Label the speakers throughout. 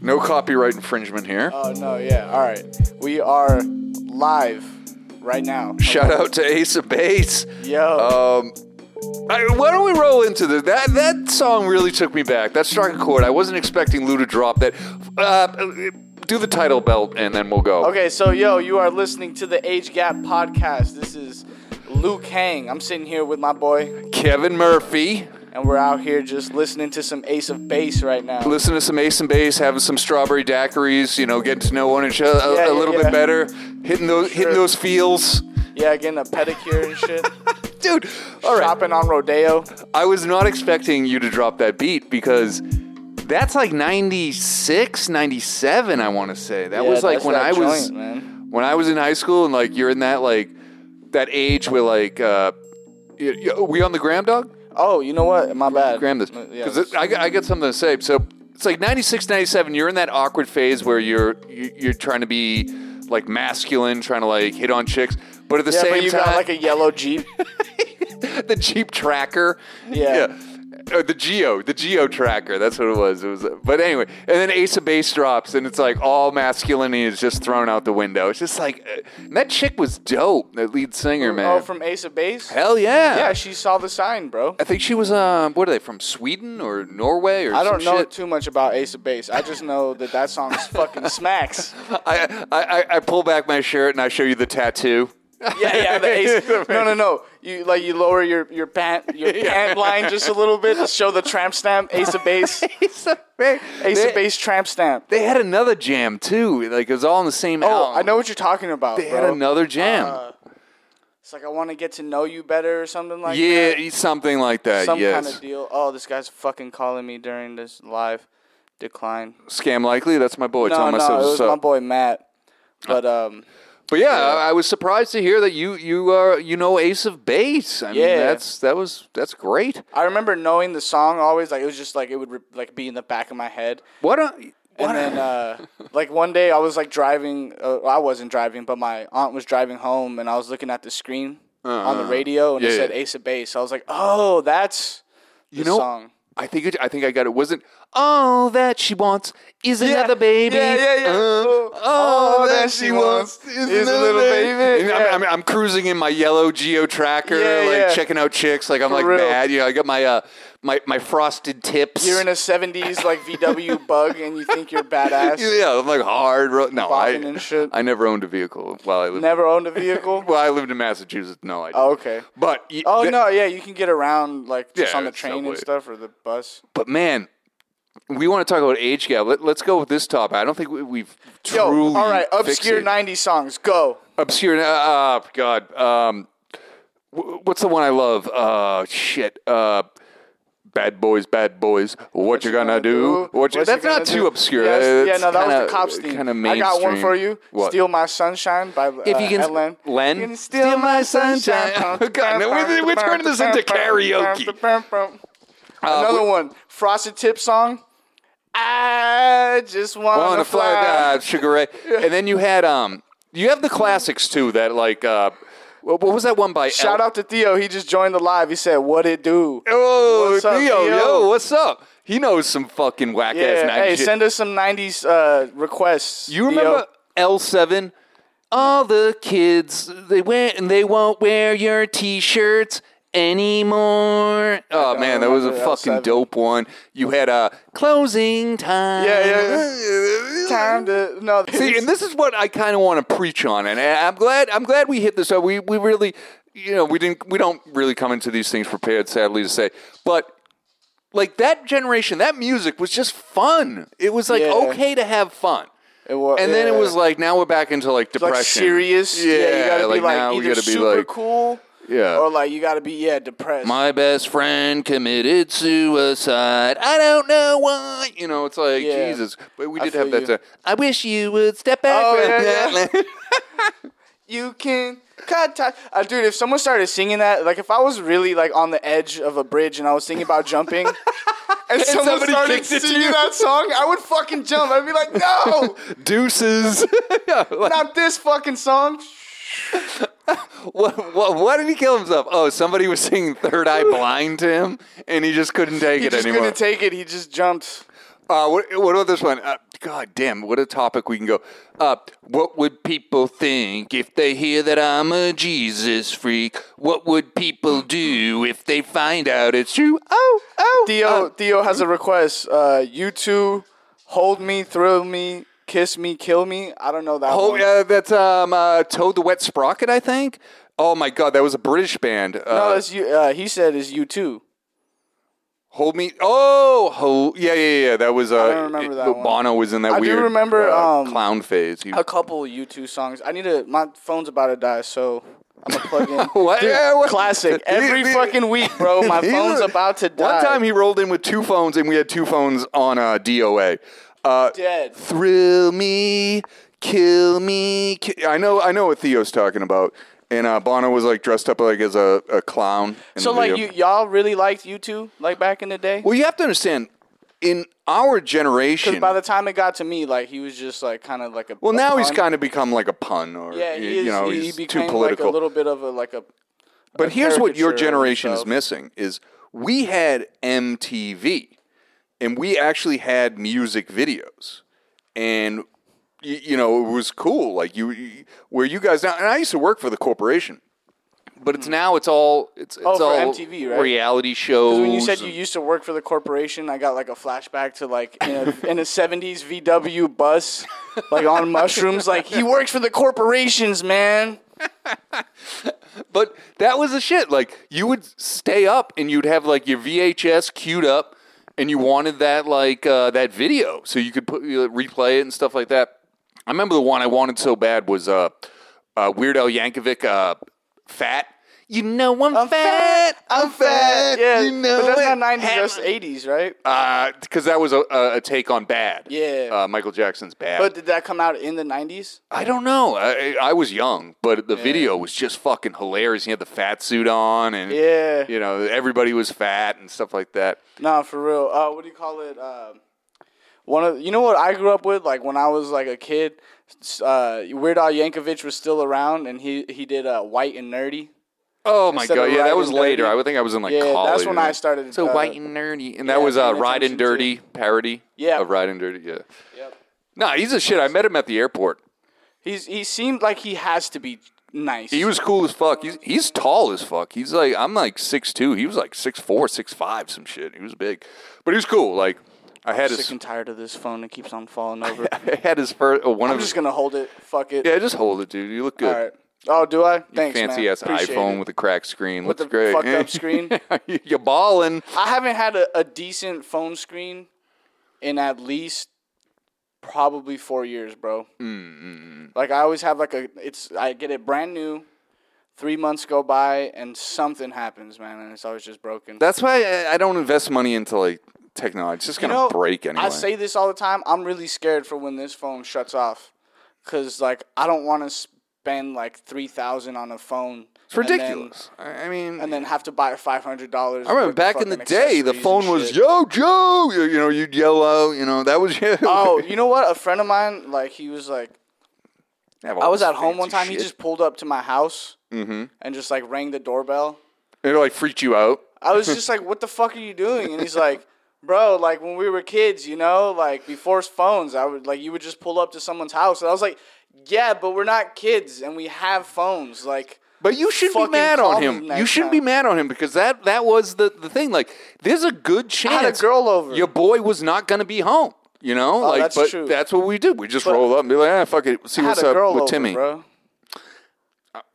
Speaker 1: No copyright infringement here.
Speaker 2: Oh no, yeah. All right, we are live right now.
Speaker 1: Shout out to Ace of Base.
Speaker 2: Yo,
Speaker 1: Um, I, why don't we roll into the, that? That song really took me back. That struck a chord. I wasn't expecting Lou to drop that. Uh, do the title belt and then we'll go.
Speaker 2: okay. So yo, you are listening to the Age Gap podcast. This is Luke Hang. I'm sitting here with my boy,
Speaker 1: Kevin Murphy.
Speaker 2: and we're out here just listening to some Ace of Base right now.
Speaker 1: Listen to some Ace and Base, having some strawberry daiquiris, you know, getting to know one each other a,
Speaker 2: Yeah,
Speaker 1: a
Speaker 2: yeah,
Speaker 1: little
Speaker 2: yeah.
Speaker 1: bit better, hitting those hitting those feels.
Speaker 2: Yeah, getting a pedicure and shit.
Speaker 1: Dude, all right.
Speaker 2: Shopping on Rodeo.
Speaker 1: I was not expecting you to drop that beat because that's like 96, 97, I want to say. That
Speaker 2: Yeah,
Speaker 1: was like
Speaker 2: that's
Speaker 1: when
Speaker 2: that
Speaker 1: I was
Speaker 2: joint, man.
Speaker 1: when I was in high school and like you're in that like that age where like uh y- y- are we on the gram dog?
Speaker 2: Oh, you know what? My bad.
Speaker 1: Gram this.
Speaker 2: Uh, Yeah,
Speaker 1: Cuz I, I got something to say. So it's like 96, 97, you're in that awkward phase where you're you- you're trying to be like masculine, trying to like hit on chicks, but at the
Speaker 2: yeah,
Speaker 1: same
Speaker 2: but you
Speaker 1: time
Speaker 2: got like a yellow Jeep.
Speaker 1: the Jeep Tracker.
Speaker 2: Yeah.
Speaker 1: Or the Geo, the Geo Tracker. That's what it was. It was. But anyway, and then Ace of Base drops, and it's like all masculinity is just thrown out the window. It's just like uh, and that chick was dope. That lead singer, man.
Speaker 2: oh, from Ace of Base.
Speaker 1: Hell yeah.
Speaker 2: Yeah, she saw the sign, bro.
Speaker 1: I think she was. Um, what are they from? Sweden or Norway or
Speaker 2: I don't
Speaker 1: some
Speaker 2: know
Speaker 1: shit?
Speaker 2: too much about Ace of Base. I just know that that song's fucking smacks.
Speaker 1: I, I I- I pull back my shirt and I show you the tattoo.
Speaker 2: Yeah, yeah. The Ace. No, no, no. You like you lower your your pant your pant line just a little bit to show the tramp stamp. Ace of Base.
Speaker 1: Ace of Base.
Speaker 2: Ace
Speaker 1: they,
Speaker 2: of Base tramp stamp.
Speaker 1: They had another jam too. Like it was all in the same
Speaker 2: Oh,
Speaker 1: album.
Speaker 2: I know what you're talking about,
Speaker 1: They had
Speaker 2: bro.
Speaker 1: another jam.
Speaker 2: Uh, it's like I want to get to know you better or something like
Speaker 1: yeah,
Speaker 2: that.
Speaker 1: something like that.
Speaker 2: Some
Speaker 1: yes.
Speaker 2: kind of deal. Oh, this guy's fucking calling me during this live decline.
Speaker 1: Scam likely. That's my boy.
Speaker 2: No,
Speaker 1: Tell
Speaker 2: no, it
Speaker 1: myself
Speaker 2: was
Speaker 1: so.
Speaker 2: my boy Matt. But um,
Speaker 1: But yeah, I, I was surprised to hear that you you are you know Ace of Base. I mean,
Speaker 2: Yeah.
Speaker 1: that's that was that's great.
Speaker 2: I remember knowing the song always. Like it was just like it would re- like be in the back of my head.
Speaker 1: Why don't
Speaker 2: And then, uh, like one day, I was like driving. Uh, well, I wasn't driving, but my aunt was driving home, and I was looking at the screen on the radio, and
Speaker 1: Uh-huh. Yeah,
Speaker 2: it said
Speaker 1: yeah.
Speaker 2: Ace of Base. I was like, "Oh, that's the
Speaker 1: you know?
Speaker 2: song."
Speaker 1: I think it, I think I got it. Wasn't all that she wants is another baby.
Speaker 2: Yeah, yeah, yeah.
Speaker 1: Uh,
Speaker 2: Oh,
Speaker 1: all that she wants is, another baby. And I'm-
Speaker 2: Yeah.
Speaker 1: I'm, I'm cruising in my yellow Geo Tracker,
Speaker 2: Yeah,
Speaker 1: like
Speaker 2: yeah.
Speaker 1: checking out chicks. Like I'm like
Speaker 2: real.
Speaker 1: bad. Yeah, I got my uh my my frosted tips.
Speaker 2: You're in a '70s like VW bug, and you think you're badass.
Speaker 1: Yeah, I'm like hard road. No, I,
Speaker 2: Bobbing and shit.
Speaker 1: I never owned a vehicle while I lived.
Speaker 2: Never owned a vehicle.
Speaker 1: Well, I lived in Massachusetts. No, I. Didn't.
Speaker 2: Oh, okay.
Speaker 1: But y-
Speaker 2: Oh
Speaker 1: th-
Speaker 2: no, yeah, you can get around like just
Speaker 1: Yeah,
Speaker 2: on the train
Speaker 1: subway.
Speaker 2: and stuff or the bus.
Speaker 1: But man, we want to talk about age gap. Let, let's go with this topic. I don't think we, we've
Speaker 2: Yo,
Speaker 1: truly.
Speaker 2: all right, obscure
Speaker 1: fixated-
Speaker 2: '90s songs, go.
Speaker 1: Obscure. Uh, oh God. Um, wh- what's the one I love? Uh, shit. Uh. Bad boys, bad boys. What, you gonna, do? What you,
Speaker 2: What you
Speaker 1: that's not
Speaker 2: gonna
Speaker 1: too
Speaker 2: do?
Speaker 1: obscure.
Speaker 2: Yes,
Speaker 1: Uh,
Speaker 2: yeah,
Speaker 1: it's
Speaker 2: no, that
Speaker 1: kinda,
Speaker 2: was the cops theme.
Speaker 1: Kinda
Speaker 2: I got one for
Speaker 1: mainstream.
Speaker 2: you.
Speaker 1: What?
Speaker 2: Steal My Sunshine by uh,
Speaker 1: If you can,
Speaker 2: Ellen.
Speaker 1: Len,
Speaker 2: You can steal my sunshine.
Speaker 1: God, no, we're, we're turning this into karaoke.
Speaker 2: Uh,
Speaker 1: Uh,
Speaker 2: Another one, Frosted Tip song. I just wanna,
Speaker 1: on a
Speaker 2: fly.
Speaker 1: fly, uh, Sugar Ray, and then you had um, you have the classics too. That like, uh, wha- what was that one by?
Speaker 2: Shout out to Theo. He just joined the live. He said, "What it do?"
Speaker 1: Oh,
Speaker 2: What's
Speaker 1: Theo,
Speaker 2: up, Theo?
Speaker 1: yo, what's up? He knows some fucking whack ass
Speaker 2: Yeah, hey,
Speaker 1: night shit.
Speaker 2: send us some '90s uh, requests.
Speaker 1: you remember L seven? All the kids they wear and they won't wear your t-shirts anymore. Oh man, that was a
Speaker 2: remember
Speaker 1: fucking
Speaker 2: L7.
Speaker 1: dope one. You had a uh, closing time.
Speaker 2: Yeah, yeah, Theo. time to no.
Speaker 1: See, and this is what I kind of want to preach on, and I- I'm glad I'm glad we hit this up. We we really, you know, we didn't we don't really come into these things prepared, sadly to say, but. Like that generation, that music was just fun. It was like
Speaker 2: Yeah.
Speaker 1: okay to have fun,
Speaker 2: It wa-
Speaker 1: and then it
Speaker 2: yeah.
Speaker 1: was like now we're back into like depression,
Speaker 2: like serious.
Speaker 1: Yeah,
Speaker 2: Yeah, you gotta
Speaker 1: like
Speaker 2: be like
Speaker 1: now we
Speaker 2: either
Speaker 1: gotta be
Speaker 2: super
Speaker 1: like
Speaker 2: cool,
Speaker 1: Yeah.
Speaker 2: or like you gotta be yeah depressed.
Speaker 1: my best friend committed suicide. I don't know why. You know, it's like
Speaker 2: Yeah.
Speaker 1: Jesus. But we
Speaker 2: I
Speaker 1: did
Speaker 2: feel
Speaker 1: have that.
Speaker 2: you.
Speaker 1: to- I wish you would step back.
Speaker 2: Oh,
Speaker 1: from
Speaker 2: yeah,
Speaker 1: that."
Speaker 2: you can cut ties. Uh, dude, if someone started singing that, like if I was really like on the edge of a bridge and I was thinking about jumping. And, someone
Speaker 1: somebody
Speaker 2: started
Speaker 1: kicked it to
Speaker 2: singing
Speaker 1: you.
Speaker 2: that song, I would fucking jump. I'd be like, no,
Speaker 1: Deuces. Yeah, like-
Speaker 2: not this fucking song.
Speaker 1: What, what, why did he kill himself? Oh, somebody was singing Third Eye Blind to him, and he just couldn't take
Speaker 2: He
Speaker 1: it
Speaker 2: just
Speaker 1: anymore.
Speaker 2: couldn't take it. He just jumped.
Speaker 1: uh, what, what about this one? Uh, God, God damn, what a topic we can go. Uh, what would people think if they hear that I'm a Jesus freak? What would people do if they find out it's true? Oh, oh.
Speaker 2: Theo Theo has a request. Uh, you two, hold me, thrill me, kiss me, kill me. I don't know that
Speaker 1: Oh,
Speaker 2: one.
Speaker 1: uh, that's um, uh, Toad the Wet Sprocket, I think. Oh my God, that was a British band. Uh,
Speaker 2: No, it's you. Uh, he said is you two.
Speaker 1: hold me. Oh, ho- yeah, yeah, yeah. That was. Uh,
Speaker 2: don't remember that one.
Speaker 1: Bono was in that
Speaker 2: I do
Speaker 1: weird
Speaker 2: remember,
Speaker 1: uh,
Speaker 2: um,
Speaker 1: clown phase. He-
Speaker 2: A couple you two songs. I need to. My phone's about to die, so I'm gonna plug in.
Speaker 1: What? Yeah, what-
Speaker 2: Classic. Every
Speaker 1: He- he-
Speaker 2: fucking week, bro. My
Speaker 1: He
Speaker 2: phone's
Speaker 1: was-
Speaker 2: about to die.
Speaker 1: One time he rolled in with two phones, and we had two phones on uh, DOA. Uh,
Speaker 2: Dead.
Speaker 1: Thrill me, kill me. Ki- I know, I know what Theo's talking about. And uh, Bono was like dressed up like as a, a clown. in
Speaker 2: So
Speaker 1: the
Speaker 2: like
Speaker 1: video.
Speaker 2: you y'all really liked you two like back in the day.
Speaker 1: well, you have to understand, in our
Speaker 2: Because
Speaker 1: generation.
Speaker 2: by the time it got to me, like he was just like kind of like a.
Speaker 1: well,
Speaker 2: a
Speaker 1: now he's
Speaker 2: pun.
Speaker 1: kind of become like a pun, or
Speaker 2: Yeah,
Speaker 1: you,
Speaker 2: he
Speaker 1: you
Speaker 2: is,
Speaker 1: know,
Speaker 2: he,
Speaker 1: he's
Speaker 2: he
Speaker 1: too
Speaker 2: became
Speaker 1: political.
Speaker 2: like a little bit of a like a.
Speaker 1: But here's what your
Speaker 2: caricature of
Speaker 1: generation is
Speaker 2: himself.
Speaker 1: missing is we had MTV and we actually had music videos and you, you know it was cool like you, you where you guys now and I used to work for the corporation but it's now it's all it's, it's
Speaker 2: Mm-hmm. Oh, for
Speaker 1: all
Speaker 2: MTV, right?
Speaker 1: reality shows
Speaker 2: When you said you
Speaker 1: and-
Speaker 2: used to work for the corporation, I got like a flashback to like in a, in a '70s VW bus, like on mushrooms. Like he works for the corporations, man.
Speaker 1: But that was the shit. Like you would stay up and you'd have like your VHS queued up, and you wanted that like uh, that video so you could put you replay it and stuff like that. I remember the one I wanted so bad was uh, uh, Weird Al Yankovic, uh, fat. You know I'm, fat. I'm fat.
Speaker 2: Yeah,
Speaker 1: you know
Speaker 2: but
Speaker 1: it.
Speaker 2: that's not '90s.
Speaker 1: Have
Speaker 2: That's '80s, right?
Speaker 1: because Uh, that was a, a, a take on Bad.
Speaker 2: Yeah.
Speaker 1: uh, Michael Jackson's Bad.
Speaker 2: But did that come out in the '90s?
Speaker 1: I don't know. I, I was young, but the video was just fucking hilarious. He had the fat suit on, and
Speaker 2: Yeah.
Speaker 1: you know everybody was fat and stuff like that.
Speaker 2: Nah, for real. Uh, what do you call it? Um one of you know what I grew up with. Like when I was like a kid, s- uh, Weird Al Yankovic was still around, and he he did uh, White and Nerdy.
Speaker 1: Oh my
Speaker 2: Instead
Speaker 1: god!
Speaker 2: of
Speaker 1: Yeah, that
Speaker 2: Ride
Speaker 1: was
Speaker 2: and Dirty.
Speaker 1: later. I would think I was in like
Speaker 2: Yeah, that's
Speaker 1: college.
Speaker 2: when
Speaker 1: or-
Speaker 2: I started,
Speaker 1: So
Speaker 2: uh,
Speaker 1: white and nerdy, and that
Speaker 2: yeah,
Speaker 1: was uh,
Speaker 2: paying
Speaker 1: Ride and
Speaker 2: attention to-
Speaker 1: Dirty parody.
Speaker 2: Yeah.
Speaker 1: of Ride and Dirty. Yeah.
Speaker 2: Yep.
Speaker 1: Nah, he's a shit. I met him at the airport.
Speaker 2: He's he seemed like he has to be nice.
Speaker 1: He was cool as fuck. He's he's tall as fuck. He's like I'm like six two. He was like six four, six five, some shit. He was big, but he was cool. Like I had
Speaker 2: sick
Speaker 1: his
Speaker 2: and tired of this phone that keeps on falling over.
Speaker 1: I had his first oh, one
Speaker 2: I'm
Speaker 1: of his
Speaker 2: just gonna hold it. Fuck it.
Speaker 1: Yeah, just hold it, dude. You look good.
Speaker 2: All right. Oh, do I? Thanks,
Speaker 1: Fancy
Speaker 2: man.
Speaker 1: ass
Speaker 2: Appreciate
Speaker 1: iPhone
Speaker 2: it.
Speaker 1: with a cracked screen.
Speaker 2: With
Speaker 1: Looks
Speaker 2: the
Speaker 1: great.
Speaker 2: fucked up screen.
Speaker 1: You're balling.
Speaker 2: I haven't had a, a decent phone screen in at least probably four years, bro. Like I always have like a it's I get it brand new. Three months go by and something happens, man, and it's always just broken.
Speaker 1: That's why I, I don't invest money into like technology. It's just
Speaker 2: You
Speaker 1: gonna
Speaker 2: know,
Speaker 1: break anyway.
Speaker 2: I say this all the time. I'm really scared for when this phone shuts off, cause like I don't want to spend like three thousand on a phone.
Speaker 1: it's ridiculous. I I mean,
Speaker 2: And then, have to buy five hundred dollars.
Speaker 1: I remember back in the day, the phone was "Yo, Joe," you, you know, you'd yell out, you know, that was you.
Speaker 2: Oh, you know what? A friend of mine, like he was like,
Speaker 1: Have
Speaker 2: I
Speaker 1: all
Speaker 2: was
Speaker 1: this
Speaker 2: at home one
Speaker 1: fancy
Speaker 2: time. He
Speaker 1: shit. Mm-hmm.
Speaker 2: just pulled up to my house and just like rang the doorbell.
Speaker 1: it like freaked you out.
Speaker 2: I was just like, "What the fuck are you doing?" And he's like, "Bro, like when we were kids, you know, like before phones, I would like you would just pull up to someone's house." And I was like, "Yeah, but we're not kids and we have phones." Like,
Speaker 1: But you should be
Speaker 2: Fucking
Speaker 1: mad
Speaker 2: call
Speaker 1: on
Speaker 2: me
Speaker 1: him. You
Speaker 2: next
Speaker 1: should be
Speaker 2: time.
Speaker 1: mad on him because that that was the the thing. Like, there's a good chance
Speaker 2: had a girl over.
Speaker 1: Your boy was not going to be home. You know, like,
Speaker 2: Oh, that's
Speaker 1: but
Speaker 2: true.
Speaker 1: that's what we do. We just roll up and be like, ah, fuck it. See
Speaker 2: I had
Speaker 1: what's
Speaker 2: a
Speaker 1: up
Speaker 2: girl
Speaker 1: with
Speaker 2: over,
Speaker 1: Timmy.
Speaker 2: bro.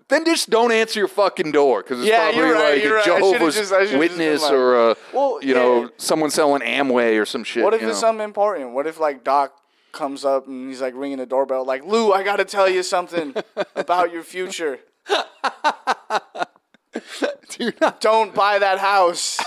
Speaker 1: Then just don't answer your fucking door because it's
Speaker 2: Yeah,
Speaker 1: probably
Speaker 2: you're right,
Speaker 1: like
Speaker 2: you're
Speaker 1: a
Speaker 2: right. I should've
Speaker 1: Jehovah's
Speaker 2: just- I should've just been
Speaker 1: Witness
Speaker 2: like-
Speaker 1: or a,
Speaker 2: Well,
Speaker 1: you know
Speaker 2: yeah.
Speaker 1: someone selling Amway or some shit.
Speaker 2: What if
Speaker 1: you
Speaker 2: it's
Speaker 1: know?
Speaker 2: something important? What if like Doc comes up and he's like ringing the doorbell, like Lou, I gotta tell you something about your future.
Speaker 1: Dude, I-
Speaker 2: Don't buy that house.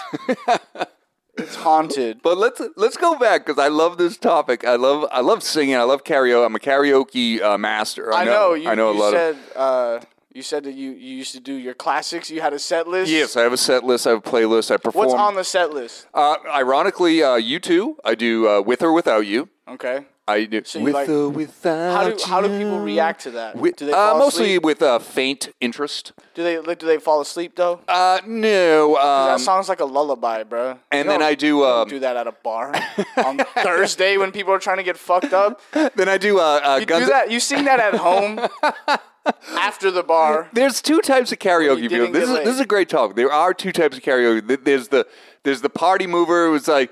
Speaker 2: it's haunted.
Speaker 1: But let's let's go back because I love this topic. I love I love singing. I love karaoke. I'm a karaoke uh, master. I,
Speaker 2: I know. You,
Speaker 1: I know a
Speaker 2: you
Speaker 1: lot of
Speaker 2: said, Uh, you said that you, you used to do your classics. You had a set list.
Speaker 1: Yes, I Uh, have a set list. I have a playlist. I perform.
Speaker 2: What's on the set list?
Speaker 1: uh, ironically, uh, you two, I do uh, with or without you.
Speaker 2: Okay.
Speaker 1: I do.
Speaker 2: So you
Speaker 1: with
Speaker 2: like-
Speaker 1: or without
Speaker 2: How do how do people
Speaker 1: you.
Speaker 2: react to that?
Speaker 1: With,
Speaker 2: do they
Speaker 1: uh,
Speaker 2: fall
Speaker 1: mostly
Speaker 2: asleep?
Speaker 1: with uh, faint interest.
Speaker 2: Do they like, do they fall asleep though?
Speaker 1: Uh, no. Um,
Speaker 2: that sounds like a lullaby, bro.
Speaker 1: and then I do. Um,
Speaker 2: do that at a bar on Thursday when people are trying to get fucked up.
Speaker 1: then I do. Uh, uh,
Speaker 2: You
Speaker 1: Guns
Speaker 2: do that. You sing that at home after the bar.
Speaker 1: There's two types of karaoke.
Speaker 2: you
Speaker 1: People.
Speaker 2: didn't
Speaker 1: This
Speaker 2: get
Speaker 1: is
Speaker 2: laid.
Speaker 1: this is a great talk. There are two types of karaoke. Th- There's the there's the party mover. who's like,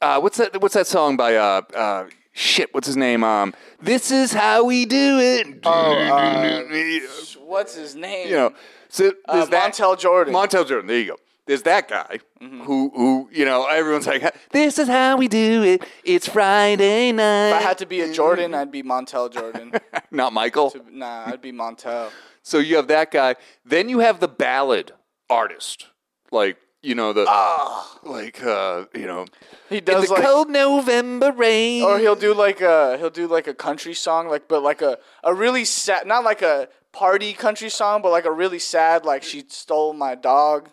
Speaker 1: uh, what's that? What's that song by uh, uh, shit? What's his name? Um, this is how we do it.
Speaker 2: Oh, uh, What's his name?
Speaker 1: you know, so there's that-
Speaker 2: uh, Montel Jordan.
Speaker 1: Montel Jordan. There you go. There's that guy
Speaker 2: Mm-hmm.
Speaker 1: who who you know everyone's like, this is how we do it. It's Friday night.
Speaker 2: if I had to be a Jordan, I'd be Montel Jordan.
Speaker 1: Not Michael.
Speaker 2: nah, I'd be Montel.
Speaker 1: So you have that guy. Then you have the ballad artist, like you know the like uh, you know
Speaker 2: Ah. He does like, Oh,
Speaker 1: cold November rain.
Speaker 2: or he'll do like a he'll do like a country song, like but like a a really sad, not like a party country song, but like a really sad, like she stole my dog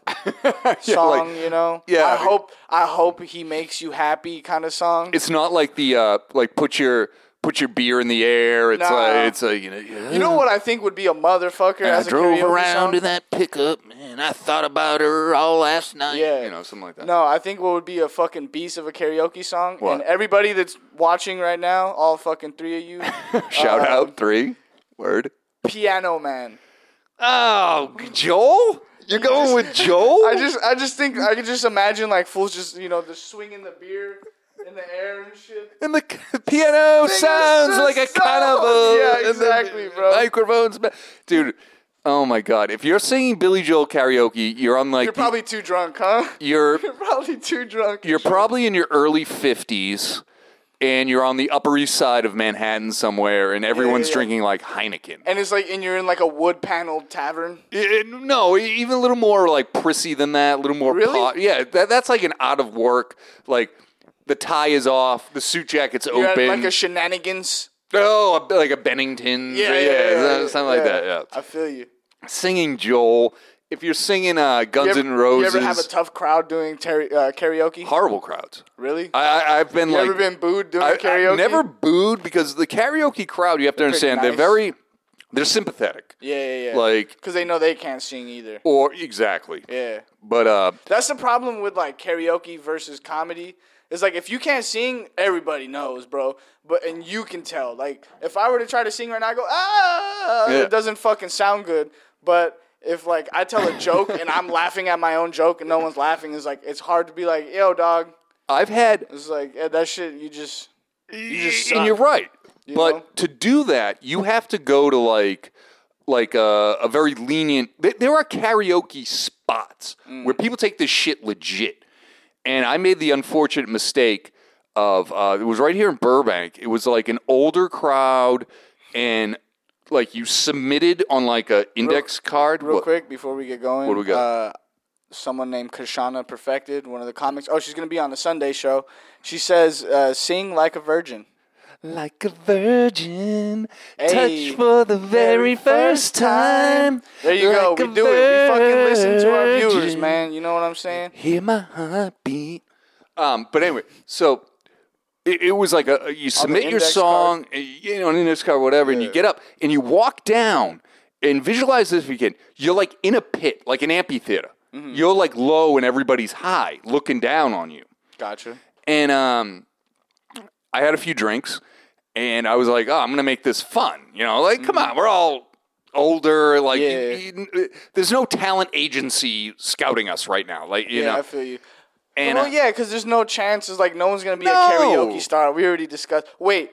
Speaker 2: song. you know,
Speaker 1: yeah.
Speaker 2: I hope I hope he makes you happy kind of song.
Speaker 1: it's not like the uh, like put your put your beer in the air. It's
Speaker 2: Nah.
Speaker 1: like it's a you know. yeah.
Speaker 2: You know what I think would be a motherfucker
Speaker 1: I
Speaker 2: as a
Speaker 1: drove
Speaker 2: karaoke
Speaker 1: around
Speaker 2: song?
Speaker 1: in that pickup and I thought about her all last night.
Speaker 2: Yeah.
Speaker 1: you know something like that.
Speaker 2: No, I think what would be a fucking beast of a karaoke song,
Speaker 1: What?
Speaker 2: and everybody that's watching right now, all fucking three of you,
Speaker 1: Shout
Speaker 2: uh,
Speaker 1: out three word.
Speaker 2: Piano Man.
Speaker 1: Oh, Joel, you're going with Joel.
Speaker 2: I just, I just think I could just imagine like fools just, you know, just swinging the beer in the air and shit.
Speaker 1: And the c- piano sounds
Speaker 2: the
Speaker 1: like a
Speaker 2: song.
Speaker 1: carnival.
Speaker 2: Yeah,
Speaker 1: and the
Speaker 2: exactly, bro.
Speaker 1: Microphones, ba- dude. Oh my god! If you're singing Billy Joel karaoke, you're on like
Speaker 2: You're probably too drunk, huh?
Speaker 1: you're
Speaker 2: You're probably too drunk.
Speaker 1: you're probably in your early fifties, and you're on the Upper East Side of Manhattan somewhere, and everyone's
Speaker 2: yeah.
Speaker 1: drinking like Heineken.
Speaker 2: and it's like, and you're in like a wood paneled tavern.
Speaker 1: Eh, no, e- even a little more like prissy than that. A little more
Speaker 2: Really?
Speaker 1: pot- Yeah, that, that's like an out of work. Like the tie is off, the suit jacket's
Speaker 2: You're
Speaker 1: open.
Speaker 2: at like a shenanigans.
Speaker 1: Oh, a- like a Bennington. Yeah, something like that. Yeah.
Speaker 2: I feel you.
Speaker 1: Singing Joel. If you're singing uh, Guns
Speaker 2: you
Speaker 1: N'
Speaker 2: ever,
Speaker 1: Roses,
Speaker 2: You ever have a tough crowd doing ter- uh, karaoke?
Speaker 1: horrible crowds.
Speaker 2: Really?
Speaker 1: I, I, I've been
Speaker 2: you
Speaker 1: like,
Speaker 2: ever been booed doing
Speaker 1: I,
Speaker 2: karaoke?
Speaker 1: have never booed because the karaoke crowd. You have to
Speaker 2: pretty
Speaker 1: understand they're
Speaker 2: nice.
Speaker 1: very, they're sympathetic.
Speaker 2: Yeah, yeah, yeah.
Speaker 1: Like
Speaker 2: because they know they can't sing either.
Speaker 1: or exactly,
Speaker 2: Yeah,
Speaker 1: but uh,
Speaker 2: that's the problem with like karaoke versus comedy. It's like if you can't sing, everybody knows, bro. But and you can tell. Like if I were to try to sing right now, I go ah,
Speaker 1: Yeah.
Speaker 2: it doesn't fucking sound good. But if like I tell a joke and I'm laughing at my own joke and no one's laughing, it's like it's hard to be like, yo, dog.
Speaker 1: I've had
Speaker 2: It's like eh, that shit. You just
Speaker 1: you
Speaker 2: just
Speaker 1: and
Speaker 2: suck.
Speaker 1: you're right. but
Speaker 2: know?
Speaker 1: to do that, you have to go to like like uh, a, a very lenient. th- There are karaoke spots
Speaker 2: Mm.
Speaker 1: where people take this shit legit, and I made the unfortunate mistake of uh, it was right here in Burbank. It was like an older crowd, and like you submitted on like a index card.
Speaker 2: Real
Speaker 1: What-
Speaker 2: quick before we get going,
Speaker 1: do we got?
Speaker 2: Uh, someone named Kashana Perfected, one of the comics. Oh, she's gonna be on the Sunday show. She says, uh, "Sing like a virgin."
Speaker 1: Like a virgin,
Speaker 2: Hey.
Speaker 1: touch for the very first time.
Speaker 2: There you
Speaker 1: Like
Speaker 2: go.
Speaker 1: a
Speaker 2: We do it. We fucking listen to our viewers,
Speaker 1: virgin.
Speaker 2: man. You know what I'm saying?
Speaker 1: Hear my heartbeat. Um, but anyway, so it, it was like a you submit your
Speaker 2: index
Speaker 1: song, uh, you know, an index card, whatever, and you get up and you walk down and visualize this weekend. You're like in a pit, like an amphitheater. You're like low and everybody's high, looking down on you.
Speaker 2: Gotcha.
Speaker 1: And um, I had a few drinks, and I was like, "Oh, I'm gonna make this fun." You know, like, come on, we're all older. Like, you-
Speaker 2: Mm-hmm. Yeah.
Speaker 1: you- there's no talent agency scouting us right now. Like, you
Speaker 2: Yeah,
Speaker 1: know,
Speaker 2: I feel you.
Speaker 1: and
Speaker 2: well,
Speaker 1: uh,
Speaker 2: yeah, because there's no chances. Like no one's gonna be
Speaker 1: No.
Speaker 2: a karaoke star. We already discussed. Wait,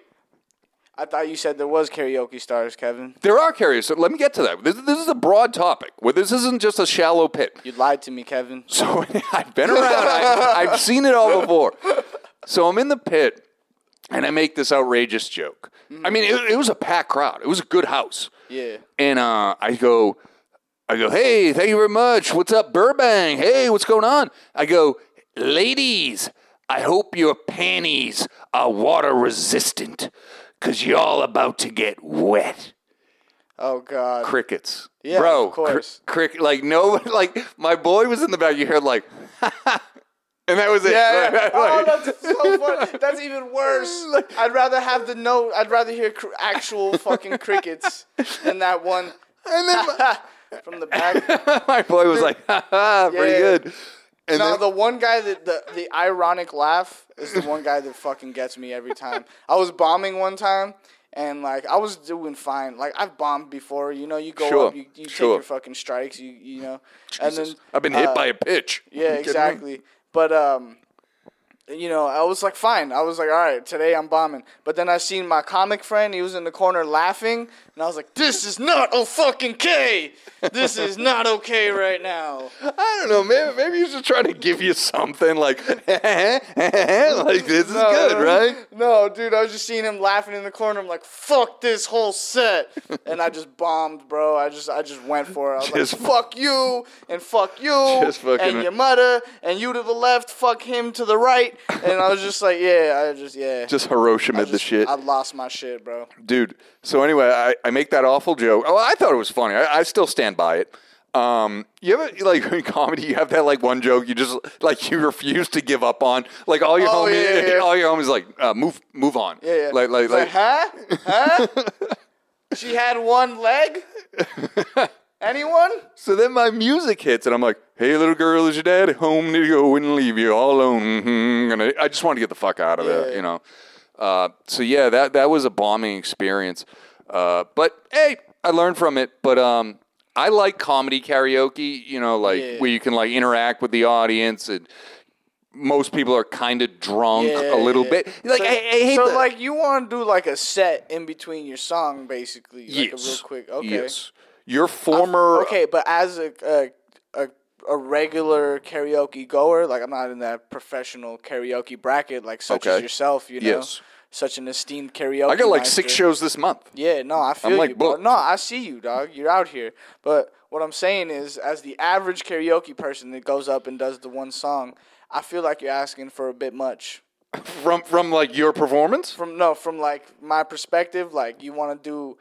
Speaker 2: I thought you said there was karaoke stars, Kevin.
Speaker 1: there are carriers. So let me get to that. This, this is a broad topic. Where this isn't just a shallow pit.
Speaker 2: You lied to me, Kevin.
Speaker 1: So I've been around. I, I've seen it all before. So I'm in the pit, and I make this outrageous joke. I mean, it, it was a packed crowd. It was a good house.
Speaker 2: Mm-hmm. Yeah.
Speaker 1: And uh, I go, I go, hey, thank you very much. What's up, Burbank? Hey, what's going on? I go, ladies, I hope your panties are water resistant, cause y'all about to get wet
Speaker 2: Oh God.
Speaker 1: crickets.
Speaker 2: Yeah,
Speaker 1: bro.
Speaker 2: of course.
Speaker 1: Cr- crick- like no, like my boy was in the back. You heard like, and that was it.
Speaker 2: Yeah, yeah.
Speaker 1: Like,
Speaker 2: oh,
Speaker 1: like-
Speaker 2: that's so funny. That's even worse. I'd rather have the note. I'd rather hear cr- actual fucking crickets than that one
Speaker 1: and then
Speaker 2: from the back.
Speaker 1: my, my boy was like, ha, ha, pretty
Speaker 2: Yeah.
Speaker 1: good. And
Speaker 2: No,
Speaker 1: then,
Speaker 2: the one guy that the, the ironic laugh is the one guy that fucking gets me every time. I was bombing one time and like I was doing fine. Like I've bombed before, you know, you go
Speaker 1: Sure,
Speaker 2: up, you, you
Speaker 1: sure.
Speaker 2: take your fucking strikes, you you know. And then
Speaker 1: I've been hit
Speaker 2: uh,
Speaker 1: by a pitch.
Speaker 2: Yeah,
Speaker 1: You kidding me?
Speaker 2: exactly. But um you know, I was like fine. I was like, all right, today I'm bombing. But then I seen my comic friend, he was in the corner laughing, and I was like, This is not a fucking K. This is not okay right now.
Speaker 1: I don't know, man. Maybe he's just trying to give you something like, like this is
Speaker 2: No,
Speaker 1: good,
Speaker 2: no,
Speaker 1: right?
Speaker 2: Uh, No, dude, I was just seeing him laughing in the corner. I'm like, "Fuck this whole set," and I just bombed, bro. I just, I just went for it. I was
Speaker 1: Just-
Speaker 2: like, "Fuck you," and "Fuck you,"
Speaker 1: Just fucking-
Speaker 2: and your mother, and you to the left, fuck him to the right, and I was just like, "Yeah, I just, yeah."
Speaker 1: Just Hiroshima
Speaker 2: I
Speaker 1: the
Speaker 2: just-
Speaker 1: shit.
Speaker 2: I lost my shit, bro.
Speaker 1: dude. So anyway, I, I make that awful joke. Oh, I thought it was funny. I, I still stand by it. Um, you ever like in comedy, you have that like one joke you just like you refuse to give up on. Like all your
Speaker 2: Oh,
Speaker 1: homies,
Speaker 2: yeah, yeah, yeah.
Speaker 1: all your homies, like uh, move move on.
Speaker 2: Yeah, yeah.
Speaker 1: Like like
Speaker 2: It's
Speaker 1: like.
Speaker 2: huh? Huh? she had one leg. Anyone?
Speaker 1: So then my music hits, and I'm like, "Hey, little girl, is your dad at home? Need to go and leave you all alone?" Mhm. And I, I just want to get the fuck out of there,
Speaker 2: Yeah.
Speaker 1: you know. Uh, so yeah, that that was a bombing experience. Uh, but hey, I learned from it. But um, I like comedy karaoke, you know, like
Speaker 2: Yeah.
Speaker 1: where you can like interact with the audience, and most people are kind of drunk
Speaker 2: Yeah,
Speaker 1: a little
Speaker 2: yeah.
Speaker 1: bit. Like
Speaker 2: so,
Speaker 1: I, I hate
Speaker 2: so
Speaker 1: the-
Speaker 2: like you want to do like a set in between your song, basically. Like
Speaker 1: yes,
Speaker 2: A real quick. Okay.
Speaker 1: yes. Your former
Speaker 2: Okay, but as a, a a a regular karaoke goer, like I'm not in that professional karaoke bracket, like such
Speaker 1: Okay.
Speaker 2: as yourself, you know,
Speaker 1: Yes.
Speaker 2: such an esteemed karaoke.
Speaker 1: I got like six
Speaker 2: master.
Speaker 1: shows this month.
Speaker 2: Yeah, no, I feel
Speaker 1: like,
Speaker 2: you. Bro.
Speaker 1: booked.
Speaker 2: No, I see you, dog. You're out here. But what I'm saying is, as the average karaoke person that goes up and does the one song, I feel like you're asking for a bit much.
Speaker 1: From from like your performance.
Speaker 2: from no from like my perspective like you want to do